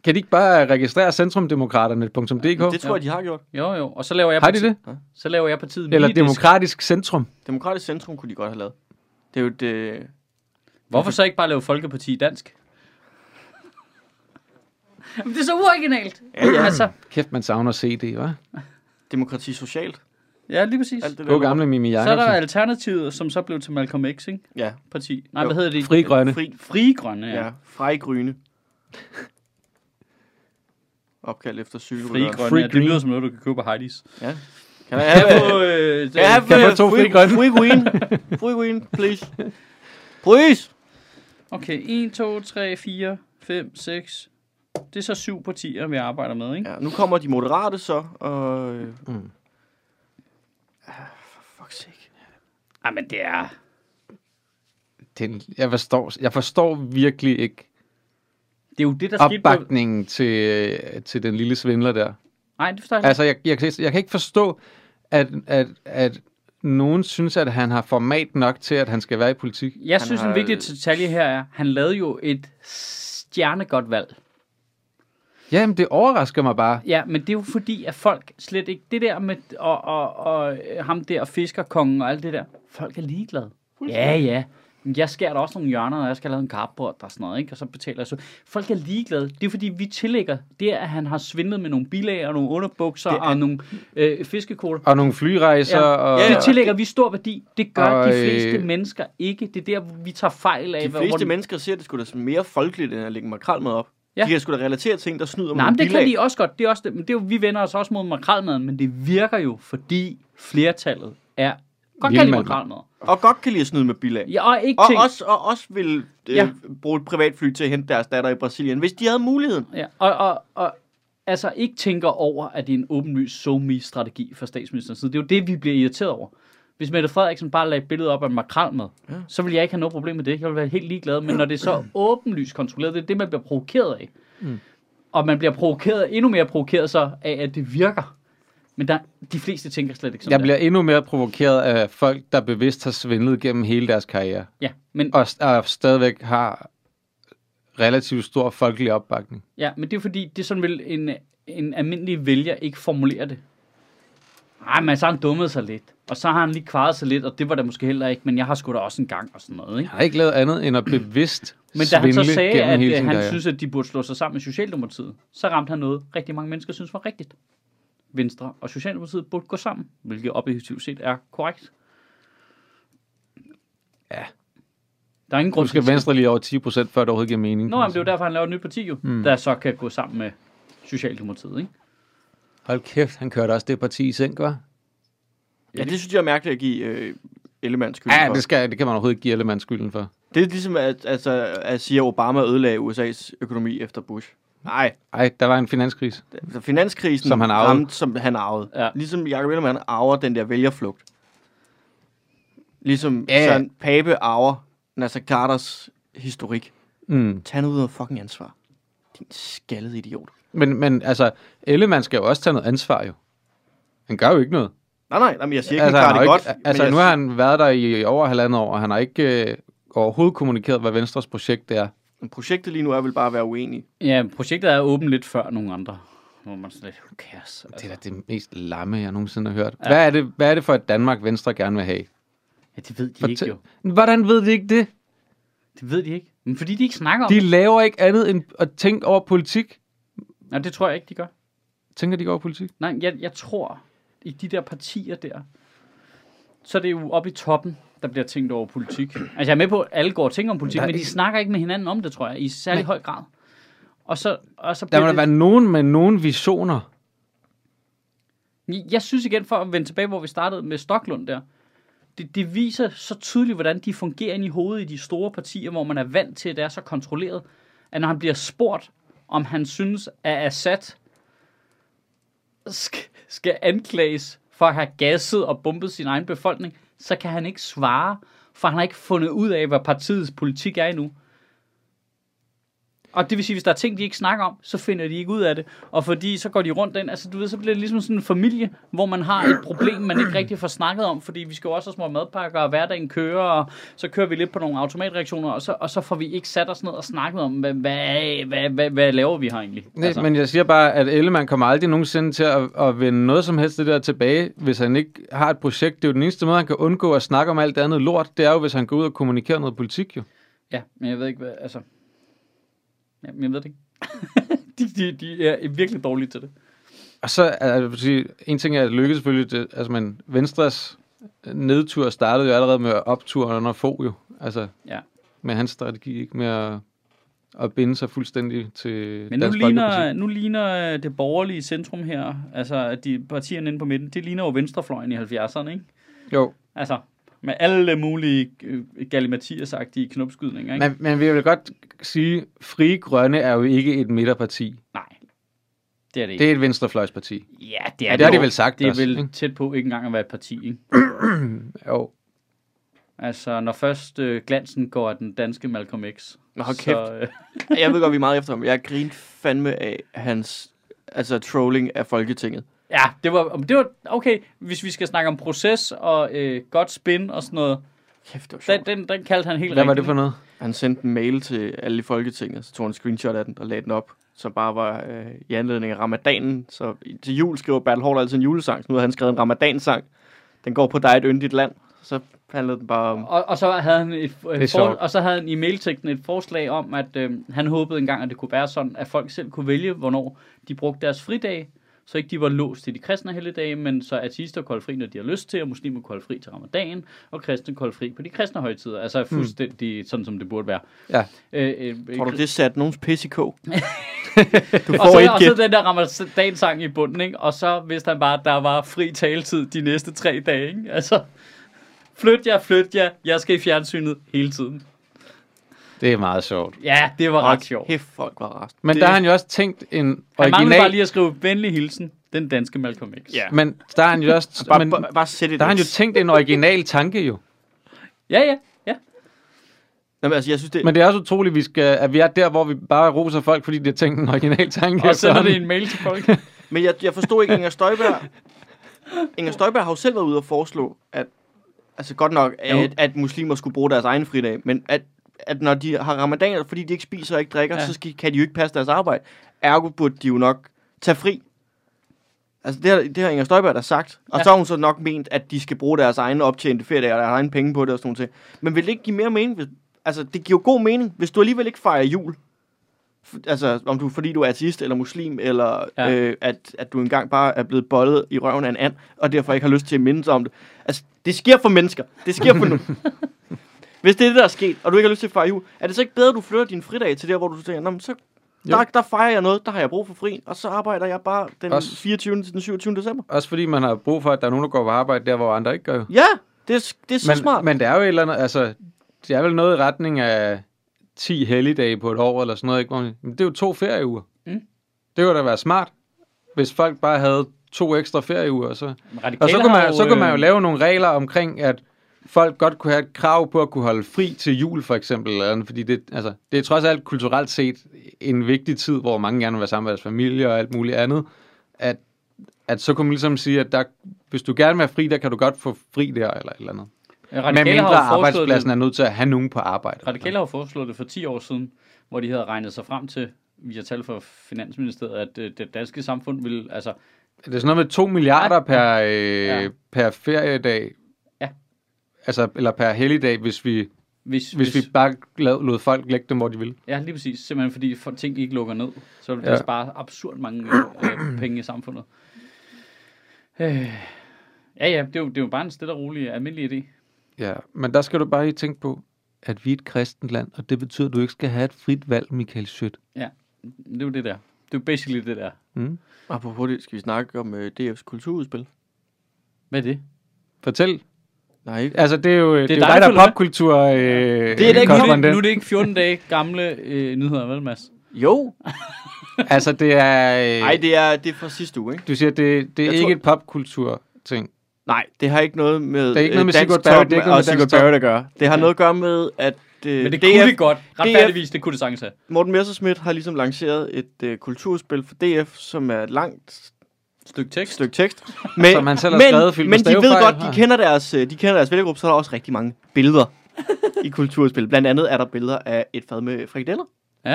Kan de ikke bare registrere centrumdemokraterne.dk? Det tror jeg, de har gjort. Jo, jo. Og så laver jeg, Har de parti- det? Så laver jeg partiet Eller Minidisc. Demokratisk Centrum? Demokratisk Centrum kunne de godt have lavet. Det er jo et... Øh, Hvorfor så ikke bare lave Folkeparti i dansk? Jamen, det er så uoriginalt. Ja, ja. Altså, Kæft, man savner CD, hva'? demokrati socialt. ja, lige præcis. Alt det der. God gamle Mimi Så er der Jacobsen. Alternativet, som så blev til Malcolm X, ikke? Ja. Parti. Nej, Jo. hvad hedder det? Fri Grønne. Fri, Frie Grønne, ja. ja. ja. Frej Gryne. Opkaldt efter cykelrytteren. Frie Grønne, Free ja, det Green. lyder som noget, du kan købe på Heidi's. Ja. (laughs) Kan jeg have, (laughs) øh, øh, kan jeg have, Kan jeg få øh, to Frie Grønne? Frie (laughs) Grønne. Frie Grønne, please. Please. Okay, 1, 2, 3, 4, 5, 6. Det er så syv partier, vi arbejder med, ikke? Ja, nu kommer de moderate så, og... Øh, Mm. mm. For fuck's sake. Ej, men det er... Den- Jeg forstår, jeg forstår virkelig ikke Det er jo det, der skete på... opbakningen til, øh, til den lille svindler der. Nej, det forstår jeg Altså, jeg, jeg, kan- jeg kan ikke forstå, at, at, at nogen synes, at han har format nok til, at han skal være i politik. Jeg Han synes, har- en vigtig detalje her er, han lavede jo et stjernegodt valg. Jamen, det overrasker mig bare. Ja, men det er jo fordi, at folk slet ikke... Det der med og, og, og øh, ham der, fiskerkongen og alt det der, folk er ligeglade. Ja, ja. Men jeg skærer da også nogle hjørner, og jeg skal have lavet en karport og sådan noget, ikke? Og så betaler jeg så. Folk er ligeglade. Det er fordi, vi tillægger det, at han har svindlet med nogle bilag og nogle underbukser Det er- og nogle øh, fiskekvoter. Og nogle flyrejser, Ja. og... Ja, Det ja. tillægger vi stor værdi. Det gør Og, de øh, fleste mennesker ikke. Det er der, vi tager fejl af. De hvor- fleste hvor- mennesker ser det sgu da som mere folkeligt, end at lægge makrel med op. Ja. Ja. De kan sgu da relatere ting, der snyder Nej, mod men det bilag. kan de også godt. Det er også det. Men det er jo, vi vender os også mod makralmaden, men det virker jo, fordi flertallet er godt kan lide Hjemmemand. makralmad. Og godt kan lide at snyde med bilag. Ja, og ikke Og ting. også, og også vil øh, Ja. ja. bruge et privatfly til at hente deres datter i Brasilien, hvis de havde muligheden. Ja, og, og, og altså ikke tænker over, at det er en åbenlys somi-strategi fra statsministerens side. Det er jo det, vi bliver irriteret over. Hvis Mette Frederiksen bare lagde et billede op af en makrel med, ja. så ville jeg ikke have noget problem med det. Jeg ville være helt ligeglad. Men når det er (clears throat) så åbenlyst kontrolleret, det er det, man bliver provokeret af. Mm. Og man bliver provokeret, endnu mere provokeret så af, at det virker. Men der, de fleste tænker slet ikke sådan Jeg der. bliver endnu mere provokeret af folk, der bevidst har svindlet gennem hele deres karriere, Ja, men, og, st- og stadigvæk har relativt stor folkelig opbakning. ja, men det er fordi, det er sådan vil en, en almindelig vælger ikke formulere det. Nej, men så har han dummet sig lidt. Og så har han lige kvaret sig lidt, og det var der måske heller ikke, men jeg har sgu da også en gang og sådan noget, ikke? Han har ikke lavet andet end at bevidst (clears throat) Men da han så svindle sagde, gennem at hele øh, sin han karriere. synes, at de burde slå sig sammen med Socialdemokratiet, så ramte han noget, rigtig mange mennesker synes var rigtigt. Venstre og Socialdemokratiet burde gå sammen, hvilket objektivt set er korrekt. Ja. Der er ingen Nu grund til skal at Venstre lige over 10 procent, før det overhovedet giver mening. Nå, kan man men det er jo derfor, han laver et nyt parti jo, mm. der så kan gå sammen med Socialdemokratiet, ikke? sige. Hold kæft, han kørte også det parti i sænk, var? Ja, det synes jeg er mærkeligt at give øh, Ellemann skyld Ja, for. det, skal, det kan man overhovedet ikke give Ellemann skylden for. Det er ligesom at, altså, at sige, at Obama ødelagde USA's økonomi efter Bush. Nej, Ej, der var en finanskrise. altså finanskrisen Som han arvede. ramte, som han arvede. Ja. Ligesom Jacob Ellemann arver den der vælgerflugt. Ligesom Ja. ja. Søren Pape arver Nasser Carters historik. Mm. Tag nu ud af fucking ansvar. Din skaldede idiot. Men, men altså, Ellemann skal jo også tage noget ansvar, jo. Han gør jo ikke noget. Nej, nej, nej men jeg siger ikke, altså, altså, han har klarer det jo godt. ikke, men altså jeg nu har han været der i over halvandet år, og han har ikke øh, overhovedet kommunikeret, hvad Venstres projekt det er. siger- Projektet lige nu er vel bare at være uenig. Ja, projektet er åbent lidt før nogle andre. Hvor man sådan lidt, who cares? Det er Altså, da det mest lamme, jeg nogensinde har hørt. Ja. Hvad, er det, hvad er det for et Danmark, Venstre gerne vil have? ja, det ved de ikke Fortæl- jo. Hvordan ved de ikke det? Det ved de ikke. Men fordi de ikke snakker om De de... det. laver ikke andet end at tænke over politik. Nej, det tror jeg ikke, de gør. Tænker de ikke over politik? Nej, jeg, jeg tror, i de der partier der, så er det jo oppe i toppen, der bliver tænkt over politik. Altså, jeg er med på, at alle går og tænker om politik, Der er men de ikke- snakker ikke med hinanden om det, tror jeg, i særlig Nej. høj grad. Og så, og så Der bliver må da det... være nogen med nogen visioner. Jeg synes igen, for at vende tilbage, hvor vi startede med Stoklund der, det, det viser så tydeligt, hvordan de fungerer ind i hovedet i de store partier, hvor man er vant til, at det er så kontrolleret, at når han bliver spurgt, om han synes, at Assad sk- skal anklages for at have gasset og bombet sin egen befolkning, så kan han ikke svare, for han har ikke fundet ud af, hvad partiets politik er endnu. Og det vil sige, hvis der er ting, de ikke snakker om, så finder de ikke ud af det. Og fordi så går de rundt den, altså du ved, så bliver det ligesom sådan en familie, hvor man har et problem, man ikke rigtig får snakket om, fordi vi skal jo også have små madpakker, og hverdagen kører, og så kører vi lidt på nogle automatreaktioner, og så, og så får vi ikke sat os ned og snakket om, hvad, hvad, hvad, hvad, hvad laver vi her egentlig? Altså. Men jeg siger bare, at Ellemann kommer aldrig nogensinde til at, at vende noget som helst det der tilbage, hvis han ikke har et projekt. Det er jo den eneste måde, han kan undgå at snakke om alt det andet lort. Det er jo, hvis han går ud og kommunikerer noget politik, jo. Ja, men jeg ved ikke, hvad, altså... Ja, men jeg ved det ikke. (laughs) de, de, de er virkelig dårlige til det. Og så er jeg vil sige, en ting er at lykkes selvfølgelig, det, altså, men Venstres nedtur startede jo allerede med opturen under få jo. Altså, Ja. med hans strategi, ikke med at, at binde sig fuldstændig til Men nu Dansk ligner, Folkeparti. nu ligner øh, det borgerlige centrum her, altså de partierne inde på midten, det ligner jo venstrefløjen i 70'erne, ikke? Jo, Altså, med alle mulige øh, galimatias-agtige knopskydninger, ikke? men, men vi vil godt sige, Frie Grønne er jo ikke et midterparti. Nej, det er det ikke. Det er et venstrefløjsparti. ja, det er Ja, det har jo. de vel sagt Det er også, vel ikke? tæt på ikke engang at være et parti, ikke? Jo. Altså, når først øh, glansen går af den danske Malcolm X, Nå, hold så... Øh, Jeg ved godt, vi er meget efter ham. Jeg grinte fandme af hans altså, trolling af Folketinget. Ja, det var, om det var okay, hvis vi skal snakke om proces og øh, godt spin og sådan noget. Kæft, det var sjovt. Den, den, den kaldte han helt Hvad var det for noget? Han sendte en mail til alle i Folketinget, så tog han en screenshot af den og lagde den op, som bare var øh, i anledning af ramadanen. Så i- til jul skriver Bertel Hård altid en julesang, så nu har han skrevet en ramadansang. Den går på dig et yndigt land. Så handlede den bare om... Og, og så havde han et, Det er øh, for, sjovt. og så havde han i mailteksten et forslag om, at øh, han håbede engang, at det kunne være sådan, at folk selv kunne vælge, hvornår de brugte deres fridage, så ikke de var låst til de kristne helligdage, men så ateister kunne holde fri, når de har lyst til, og muslimer kunne holde fri til ramadanen, og kristne kunne holde fri på de kristne højtider. Altså Hmm. fuldstændig sådan, som det burde være. Ja. Øh, øh, øh, Tror du, det satte nogens pis (laughs) i kog? du Og får så, ikke og gæt. så den der ramadansang i bunden, ikke? Og så vidste han bare, at der var fri taletid de næste tre dage, ikke? Altså, flyt jer, flyt jer, jeg skal i fjernsynet hele tiden. Det er meget sjovt. Ja, det var ret Hold sjovt. Kæft, folk var rast. Men det... Det- der har han jo også tænkt en Han manglede bare original... lige at skrive venlig hilsen, den danske Malcolm X. Ja. Men der har han jo også... (laughs) Bare, men, bare, bare sæt det der har han jo tænkt en original tanke jo. ja, (laughs) ja. ja. Jamen, altså, jeg synes, det... Men det er også utroligt, vi skal, at vi er der, hvor vi bare roser folk, fordi de har tænkt en original tanke. Og sender det efterhånden. en mail til folk. (laughs) Men jeg, jeg forstod ikke, Inger Støjberg... Inger Støjberg har jo selv været ude og foreslå, at... Altså godt nok, at, at muslimer skulle bruge deres egen fridag, men at, at når de har ramadaner, fordi de ikke spiser og ikke drikker, Ja. ja. så skal, kan de jo ikke passe deres arbejde. Ergo burde de jo nok tage fri. Altså, det har, det har Inger Støjberg da sagt. Og Ja. ja. så har hun så nok ment, at de skal bruge deres egne optjente feriedage og deres egne penge på det og sådan noget. Men vil det ikke give mere mening? Hvis, altså, det giver jo god mening, hvis du alligevel ikke fejrer jul. F- altså, om du, fordi du er ateist eller muslim, eller Ja. ja. øh, at, at du engang bare er blevet bollet i røven af en and, og derfor ikke har lyst til at minde sig om det. Altså, det sker for mennesker. Det sker for nu. (laughs) Hvis det er det, der er sket, og du ikke har lyst til at fejre jul, er det så ikke bedre, at du flytter din fridag til der, hvor du tænker, Nå, men så der, der fejrer jeg noget, der har jeg brug for fri, og så arbejder jeg bare den Også- 24. til den 27. december. Også fordi man har brug for, at der er nogen, der går på arbejde der, hvor andre ikke gør. Ja, det er, s- det er så men, smart. Men der er jo et eller andet, altså, det er vel noget i retning af 10 helligdage på et år, eller sådan noget, ikke? Hvor man- Men det er jo to ferieuger. Mm. Det kunne da være smart, hvis folk bare havde to ekstra ferieuger. Så. Radikale Og så kunne, har man, så kunne man jo øh, lave nogle regler omkring, at folk godt kunne have et krav på at kunne holde fri til jul, for eksempel. Eller andet, fordi det, altså, det er trods alt kulturelt set en vigtig tid, hvor mange gerne vil være sammen med deres familie og alt muligt andet. At, at så kunne man ligesom sige, at der, hvis du gerne vil have fri, der kan du godt få fri der, eller et eller andet. Med øh, Radikale mindre har jo foreslået det. arbejdspladsen er nødt til at have nogen på arbejde. Radikale har jo foreslået det for 10 år siden, hvor de havde regnet sig frem til, via tal fra Finansministeriet, at øh, det danske samfund ville, altså, Er det sådan noget med 2 milliarder per, øh, Ah, Ja. ja. per feriedag? Ja. Altså, eller per helligdag, hvis vi, hvis, hvis, hvis vi bare lad, lod folk lægge dem, hvor de ville. Ja, lige præcis. Simpelthen fordi for- ting ikke lukker ned. Så vil det Ja. spare absurd mange øh, øh, penge i samfundet. Øh. Ja, ja, det er, jo, det er jo bare en stille og rolig, almindelig idé. Ja, men der skal du bare lige tænke på, at vi er et kristent land, og det betyder, at du ikke skal have et frit valg, Michael Schødt. Det er jo det der. Det er jo basically det der. Mm. Apropos det, skal vi snakke om øh, DF's kulturudspil? Hvad er det? Fortæl. Nej, ikke. Altså, det er jo det er dig, det er der dig, der følger er med. popkultur øh, det da ikke nu, er det, nu er det. det ikke 14 dage gamle øh, nyheder, vel Mads? Jo. Altså, det er... Øh, Nej, det er, det er fra sidste uge, ikke? Du siger, det, det er Jeg ikke tror- et popkultur-ting. Nej, det har ikke noget med, Det er ikke øh, noget med dansk Sigurd Barrett, top- det er ikke og noget med Sigurd dansk top. Barrett at gøre. Det har noget at gøre med, at øh, Men det kunne DF, det godt. Retfærdigvis, det kunne det sagtens have. Morten Messerschmidt har ligesom lanceret et øh, kulturudspil for DF, som er et langt Stykke tekst. stykke (laughs) tekst. Men, Som han selv har men, skrevet, fyldt med men de ved stavefejl. godt, Ja. de kender deres, øh, de kender deres vælgergruppe, så er der også rigtig mange billeder i kulturspil. Blandt andet er der billeder af et fad med frikadeller,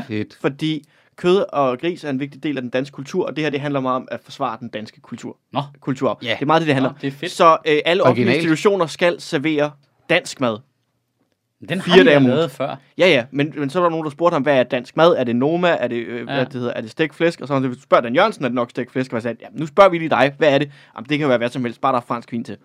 Fedt. fordi kød og gris er en vigtig del af den danske kultur, og det her det handler meget om at forsvare den danske kultur. Nå. Kulturarv. Ja. Det er meget det, det handler Nå, om. det er fedt. Så øh, alle offentlige Originalt. institutioner skal servere dansk mad. Den har Fire jeg dage om lavet før. Ja, ja, men, men så var der nogen, der spurgte ham, hvad er dansk mad? Er det Noma? Er det, øh, Ja. hvad det hedder, er det stækflæsk? Og så hvis du spørger Dan Jørgensen, er det nok stækflæsk? Og jeg sagde, ja, nu spørger vi lige dig, hvad er det? Jamen, det kan være hvad som helst, bare der er fransk vin til.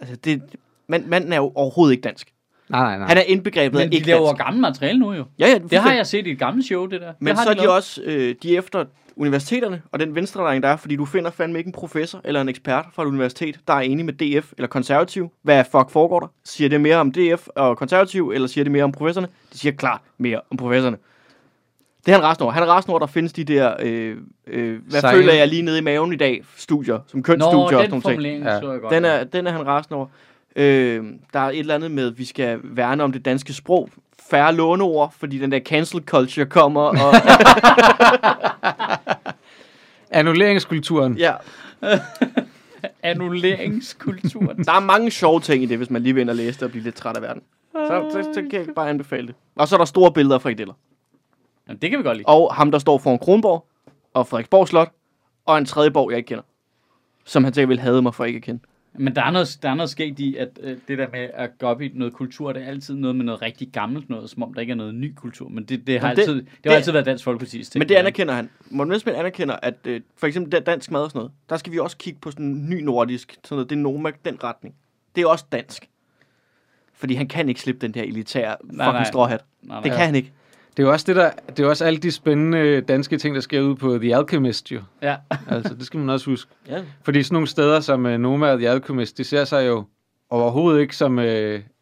Altså, det, man, manden er jo overhovedet ikke dansk. Nej, nej, nej. Han er indbegrebet af Men de ikke altså. laver dansk. gammelt materiale nu jo. Ja, ja, Det har jeg set i et gammelt show, det der. Men det har så er de lavet. også øh, de er efter universiteterne og den venstrelejring, der er, fordi du finder fandme ikke en professor eller en ekspert fra et universitet, der er enig med DF eller konservativ. Hvad fuck foregår der? Siger det mere om DF og konservativ, eller siger det mere om professorerne? Det siger klart mere om professorerne. Det er han resten over. Han er resten over, der findes de der, øh, øh, hvad Sejl. føler jeg lige nede i maven i dag, studier, som kønsstudier og Nå, den sådan nogle ting. formulering Ja. så jeg godt. Den er, den er han rasende over. Øh, der er et eller andet med, at vi skal værne om det danske sprog. Færre låneord, fordi den der cancel culture kommer. Og, Annulleringskulturen. ja, Annulleringskulturen. der er mange sjove ting i det, hvis man lige vil ind og læse det og blive lidt træt af verden. Så, så, så kan jeg bare anbefale det. Og så er der store billeder af frikadeller. Jamen, det kan vi godt lide. Og ham, der står foran Kronborg og Frederiksborg Slot. Og en tredje borg, jeg ikke kender. Som han sikkert ville have mig for ikke at kende. Men der er noget, der er noget sket i, at øh, det der med at gå op i noget kultur, det er altid noget med noget rigtig gammelt noget, som om der ikke er noget ny kultur. Men det, det har, Men det, det- altid, det, har det- altid været Dansk Folkeparti's ting. Men det anerkender han. Morten Messerschmidt anerkender, at øh, for eksempel da- dansk mad og sådan noget, der skal vi også kigge på sådan ny nordisk, sådan noget, det er Noma, den retning. Det er også dansk. Fordi han kan ikke slippe den der elitære fucking nej. stråhat. Nej, nej. Det kan han ikke. Det er jo også, det der, det er også alle de spændende danske ting, der sker ud på The Alchemist, jo. Ja. Altså, det skal man også huske. Ja. Fordi sådan nogle steder som uh, Noma og The Alchemist, de ser sig jo overhovedet ikke som uh,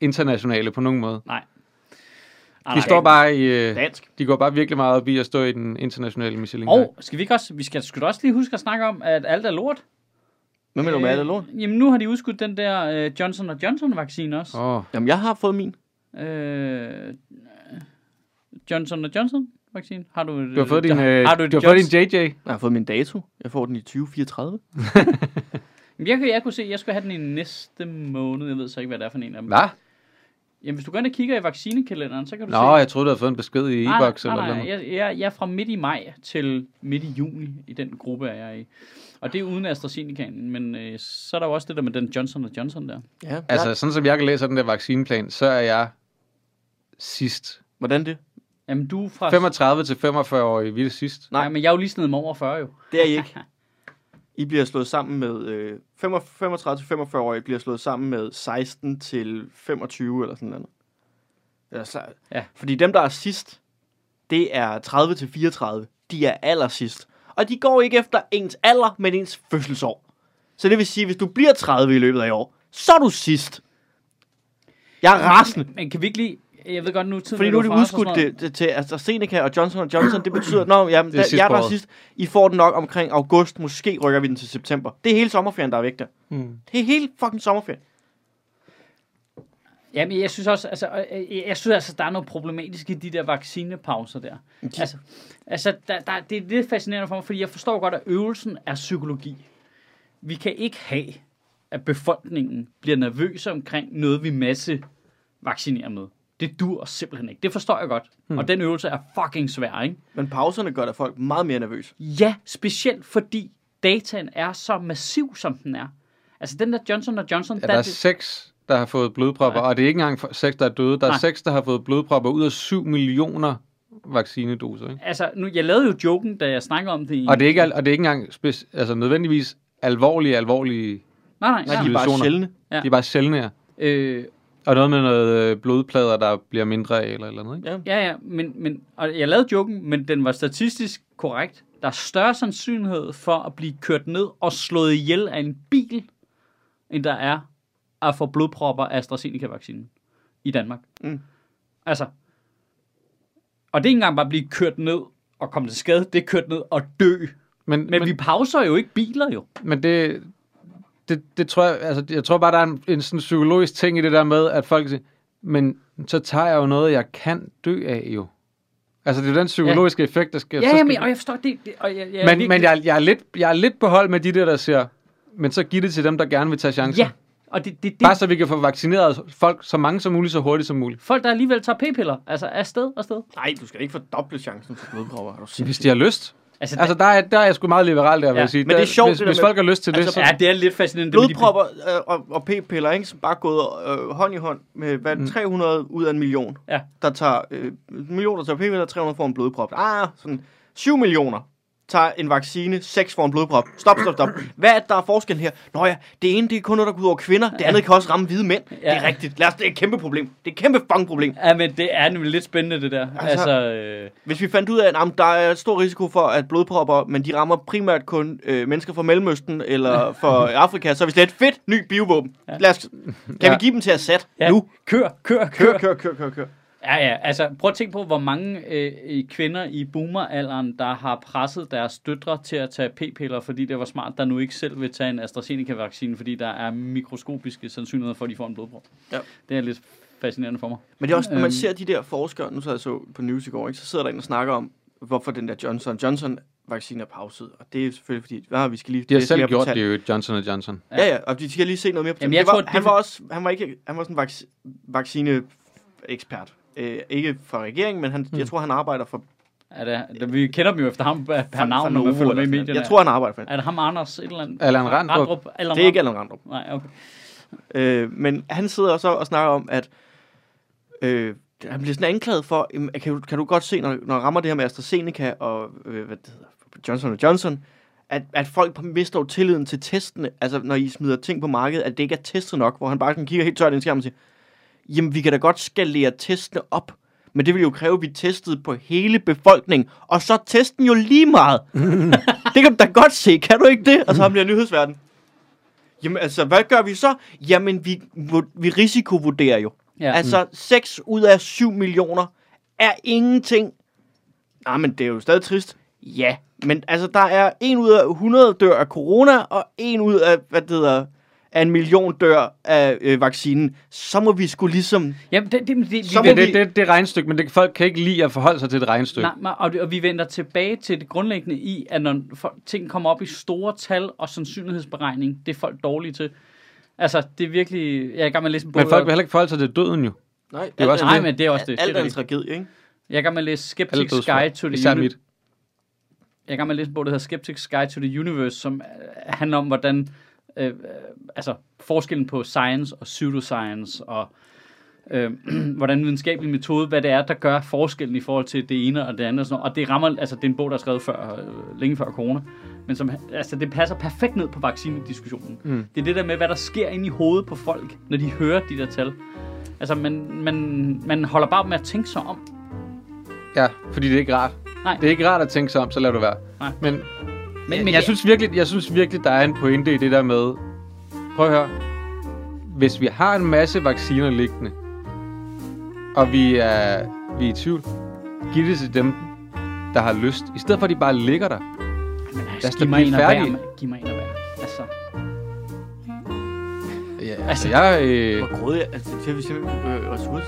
internationale på nogen måde. Ah, De står bare i... Uh, Dansk. de går bare virkelig meget op i at stå i den internationale michelin Og skal vi ikke også, vi skal sgu da også lige huske at snakke om, at alt er lort. Øh, Hvad mener du med alt er lort? Jamen nu har de udskudt den der øh, Johnson Johnson vaccine også. Åh, oh, Jamen, jeg har fået min. Øh, Johnson Johnson vaccine. Har du, øh, du har fået din, uh, har du, du har fået din JJ. Johnson- Jeg har fået min dato. Jeg får den i 2034. Jamen, jeg, kunne- jeg kunne se, jeg skulle have den i næste måned. Jeg ved så ikke, hvad det er for en af dem. Hvad? Jamen, hvis du går ind og kigger i vaccinekalenderen, så kan du se... Nå, jeg troede, du havde fået en besked i nej, e-boks nej, eller nej, noget. nej. Jeg, jeg, jeg er fra midt i maj til midt i juni i den gruppe, er jeg er i. Og det er uden AstraZenecaen, men øh, så er der jo også det der med den Johnson Johnson der. Ja, altså, Altså, sådan som jeg kan læse den der vaccineplan, så er jeg sidst. hvordan det? Jamen, du er fra... 35 til 45 år vi er sidst. Nej, men jeg er jo lige snedet mig over 40 jo. Det er I ikke. (laughs) I bliver slået sammen med... Øh, 35-45-årige bliver slået sammen med 16 til 25 eller sådan noget. Eller, så, Ja. Fordi dem, der er sidst, det er 30 til 34. De er allersidst. Og de går ikke efter ens alder, men ens fødselsår. Så det vil sige, at hvis du bliver 30 i løbet af i år, så er du sidst. Jeg er rasende. (laughs) Men kan vi ikke lige... Jeg ved godt nu... Tiden Fordi er nu er løbet de fra os og udskudt sådan noget. det, det, til AstraZeneca og Johnson Johnson. Det betyder, nå, jamen, Det er det sidst jeg på der er året. sidst. I får den nok omkring august. Måske rykker vi den til september. Det er hele sommerferien, der er væk der. Mm. Det er hele fucking sommerferien. Jamen, jeg synes også, altså, øh, øh, jeg synes altså, der er noget problematisk i de der vaccinepauser der. Altså, altså der, der, det er lidt fascinerende for mig, fordi jeg forstår godt, at øvelsen er psykologi. Vi kan ikke have, at befolkningen bliver nervøse omkring noget, vi masse vaccinerer med. Det dur simpelthen ikke. Det forstår jeg godt. Hmm. Og den øvelse er fucking svær, ikke? Men pauserne gør da folk meget mere nervøse. Ja, specielt fordi dataen er så massiv, som den er. Altså den der Johnson Johnson, Ja, der, der er det- seks, der har fået blodpropper, Nej. og det er ikke engang for- seks, der er døde. Der er Nej. seks, der har fået blodpropper ud af 7 millioner vaccinedoser. Ikke? altså, nu, jeg lavede jo joken, da jeg snakkede om det i... Og, det er ikke, al- og det er ikke engang spec- altså, nødvendigvis alvorlige, alvorlige. Nej, nej, Nej, nej. de er bare Illusioner. sjældne. Ja. Ja. De er bare sjældne her. Øh, Og noget med noget øh, blodplader, der bliver mindre af, eller et eller andet. Ikke? Ja. ja, ja, men, men og jeg lavede joken, men den var statistisk korrekt. Der er større sandsynlighed for at blive kørt ned og slået ihjel af en bil, end der er at få blodpropper af AstraZeneca-vaccinen i Danmark. Mm. Altså, og det er ikke engang bare at blive kørt ned og komme til skade, det er kørt ned og dø. Men, Men, men vi pauser jo ikke biler jo. men det, det, det tror jeg, altså, jeg tror bare, der er en, en sådan psykologisk ting i det der med, at folk siger, men så tager jeg jo noget, jeg kan dø af jo. Altså, det er jo den psykologiske ja. effekt, der sker. Så Ja, skal ja, men, du- og jeg forstår det. det og jeg, jeg, er men, virkelig- men jeg, jeg, er lidt, jeg er lidt på hold med de der, der siger, men så giv det til dem, der gerne vil tage chancen. Ja, og det, det, det, Bare så vi kan få vaccineret folk så mange som muligt, så hurtigt som muligt. folk, der alligevel tager p-piller, altså er sted og sted. Nej, du skal ikke fordoble chancen for blodpropper. Er du Hvis de har lyst. Altså, Altså, der er, der er jeg sgu meget liberal der, vil Ja, jeg sige. men det er Der- sjovt, hvis, det der hvis med- folk har lyst til det, altså, så... Ja, det er lidt fascinerende. Blodpropper øh, og, og p-piller, ikke? Som bare gået øh, hånd i hånd med hvad, 300 ud af en million. Mm. Ja. Der tager, øh, en million, der tager p-piller, 300 får en blodprop. Ah, sådan 7 millioner tager en vaccine, 6 får en blodprop. Stop, stop, stop. Hvad er det, der er forskellen her? Nå ja, det ene det er kun noget, der går ud over kvinder. Det andet kan også ramme hvide mænd. Det er rigtigt. Lad os, det er et kæmpe problem. Det er et kæmpe fucking problem. Ja, men det er nemlig lidt spændende, det der. Altså, Altså- altså øh, Hvis vi fandt ud af, at ah, men der er stor risiko for, at blodpropper, men de rammer primært kun øh, mennesker fra Mellemøsten eller fra Afrika, så er vi slet fedt ny biovåben. Lad os, kan Ja. vi give dem til Assad ja, nu? Kør, kør, Kør, kør. kør, kør, kør, kør. Ja, ja, altså prøv at tænke på, hvor mange øh, kvinder i boomeralderen, der har presset deres døtre til at tage p-piller, fordi det var smart, der nu ikke selv vil tage en AstraZeneca-vaccine, fordi der er mikroskopiske sandsynligheder for, at de får en blodprop. Ja. Det er lidt fascinerende for mig. Men det er også, når Øhm. man ser de der forskere, nu så jeg så på news i går, ikke, så sidder der en og snakker om, hvorfor den der Johnson Johnson vaccine er pauset. Og det er selvfølgelig fordi, ah, vi skal lige... De har læse selv mere på gjort tal. det jo, Johnson Johnson. Ja, ja, og de skal lige se noget mere på Jamen, Jamen, jeg det. Var, tror, det- han, var også, han var ikke han var sådan en vac- vaccineekspert. Øh, ikke fra regeringen, men han, jeg tror, han arbejder for, Er det, det, vi kender dem jo efter ham per- per for, navn, for når man Novo følger med eller i sådan noget. medierne. Jeg tror, han arbejder for det. Er det ham, Anders, et eller andet? Allan Randrup. Allan Det er ikke Allan Randrup. Nej, okay. Øh, men han sidder så og snakker om, at øh, han bliver sådan anklaget for, "Jamen, kan du, kan du godt se, når, når rammer det her med AstraZeneca og øh, hvad det hedder, Johnson Johnson, at, at folk mister jo tilliden til testene, altså når I smider ting på markedet, at det ikke er testet nok, hvor han bare sådan kigger helt tørt ind i skærmen og siger, jamen vi kan da godt skalere testene op, men det vil jo kræve, at vi testede på hele befolkningen, og så er testen jo lige meget. det kan du da godt se, kan du ikke det? Og så ham bliver nyhedsverden. Jamen altså, hvad gør vi så? Jamen, vi, vu- vi risikovurderer jo. Ja. Ja. Altså, 6 ud af 7 millioner er ingenting. Nej, men det er jo stadig trist. Ja, men altså, der er en ud af 100 dør af corona, og en ud af, hvad det hedder, af en million dør af øh, vaccinen. Så må vi skulle ligesom... Jamen, det, det, det, vi Så må Det er vender- vi- det, det, det er regnestykke, men det, folk kan ikke lide at forholde sig til et regnestykke. Nej, nej, og, det- og vi vender tilbage til det grundlæggende i, at når folk, ting kommer op i store tal og sandsynlighedsberegning, det er folk dårlige til. Altså, det er virkelig... Jeg er i gang med at læse en bog. Men folk vil heller ikke forholde sig til døden jo. Nej, er jo også Nej, men det er også det. Alt det er er en rigtigt. tragedie, ikke? jeg er i gang med at læse Alle Skeptic dødsfald. Sky to the Især Universe. mit. jeg er i gang med at læse en bog, der hedder Skeptic Guide to the Universe, som øh, handler om, hvordan øh, øh, altså forskellen på science og pseudoscience, og øh, (clears throat) hvordan videnskabelig metode, hvad det er, der gør forskellen i forhold til det ene og det andet. Og, sådan noget. og det rammer, altså det er en bog, der er skrevet før, øh, længe før corona, men som, altså det passer perfekt ned på vaccinediskussionen. Mm. Det er det der med, hvad der sker inde i hovedet på folk, når de hører de der tal. Altså man, man, man holder bare op med at tænke sig om. Ja, fordi det er ikke rart. Nej. Det er ikke rart at tænke sig om, så lad det være. Nej. Men, men, men jeg, det- synes virkelig, jeg synes virkelig, der er en pointe i det der med... Prøv at høre. Hvis vi har en masse vacciner liggende, og vi er, vi er i tvivl, giv det til dem, der har lyst. I stedet for, at de bare ligger der. Men Lad altså, os da giv mig blive en og hver, færdige. mand. Giv mig en og hver. Altså, Ja, Altså- altså, jeg... Øh, Hvor grådig er altså, det? har vi simpelthen øh, ressourcer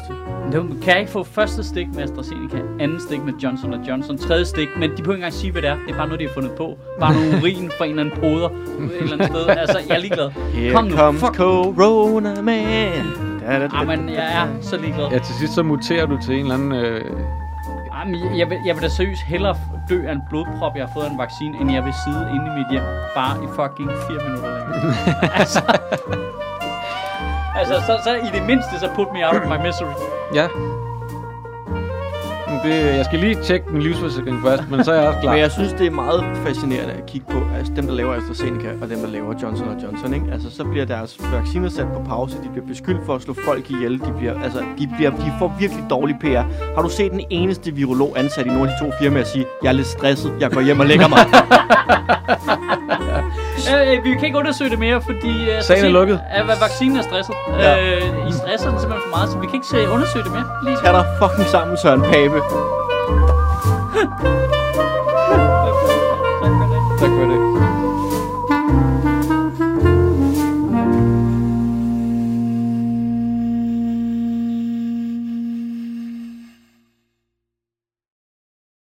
til. nu kan jeg ikke få første stik med AstraZeneca, anden stik med Johnson Johnson, tredje stik, men de behøver ikke engang sige, hvad det er. Det er bare noget, de har fundet på. Bare (laughs) noget urin fra en eller anden poder ude et eller andet sted. Altså, jeg er ligeglad. Here Kom nu, comes fuck. corona, man. Da, da, da. Jamen, jeg er så ligeglad. ja, til sidst så muterer du til en eller anden... Øh, Jamen, jeg, jeg, vil, jeg vil da seriøst hellere dø af en blodprop, jeg har fået af en vaccine, end jeg vil sidde inde i mit hjem bare i fucking fire minutter (laughs) længere. altså, altså så, så i det mindste, så put me out of my misery. ja. Men Det, jeg skal lige tjekke min livsforsikring først, men så er jeg (laughs) også klar. Men jeg synes, det er meget fascinerende at kigge på, altså dem, der laver AstraZeneca og dem, der laver Johnson Johnson, ikke? Altså, så bliver deres vacciner sat på pause, de bliver beskyldt for at slå folk ihjel, de, bliver, altså, de, bliver, de får virkelig dårlig PR. Har du set den eneste virolog ansat i nogle af de to firmaer sige, jeg er lidt stresset, jeg går hjem og lægger mig? Øh, øh, vi kan ikke undersøge det mere, fordi... Øh, Sagen er lukket. Øh, vaccinen er stresset. Ja. Ja. Øh, I stresser den simpelthen for meget, så vi kan ikke se, undersøge det mere. Lige Tag dig fucking sammen, Søren Pape.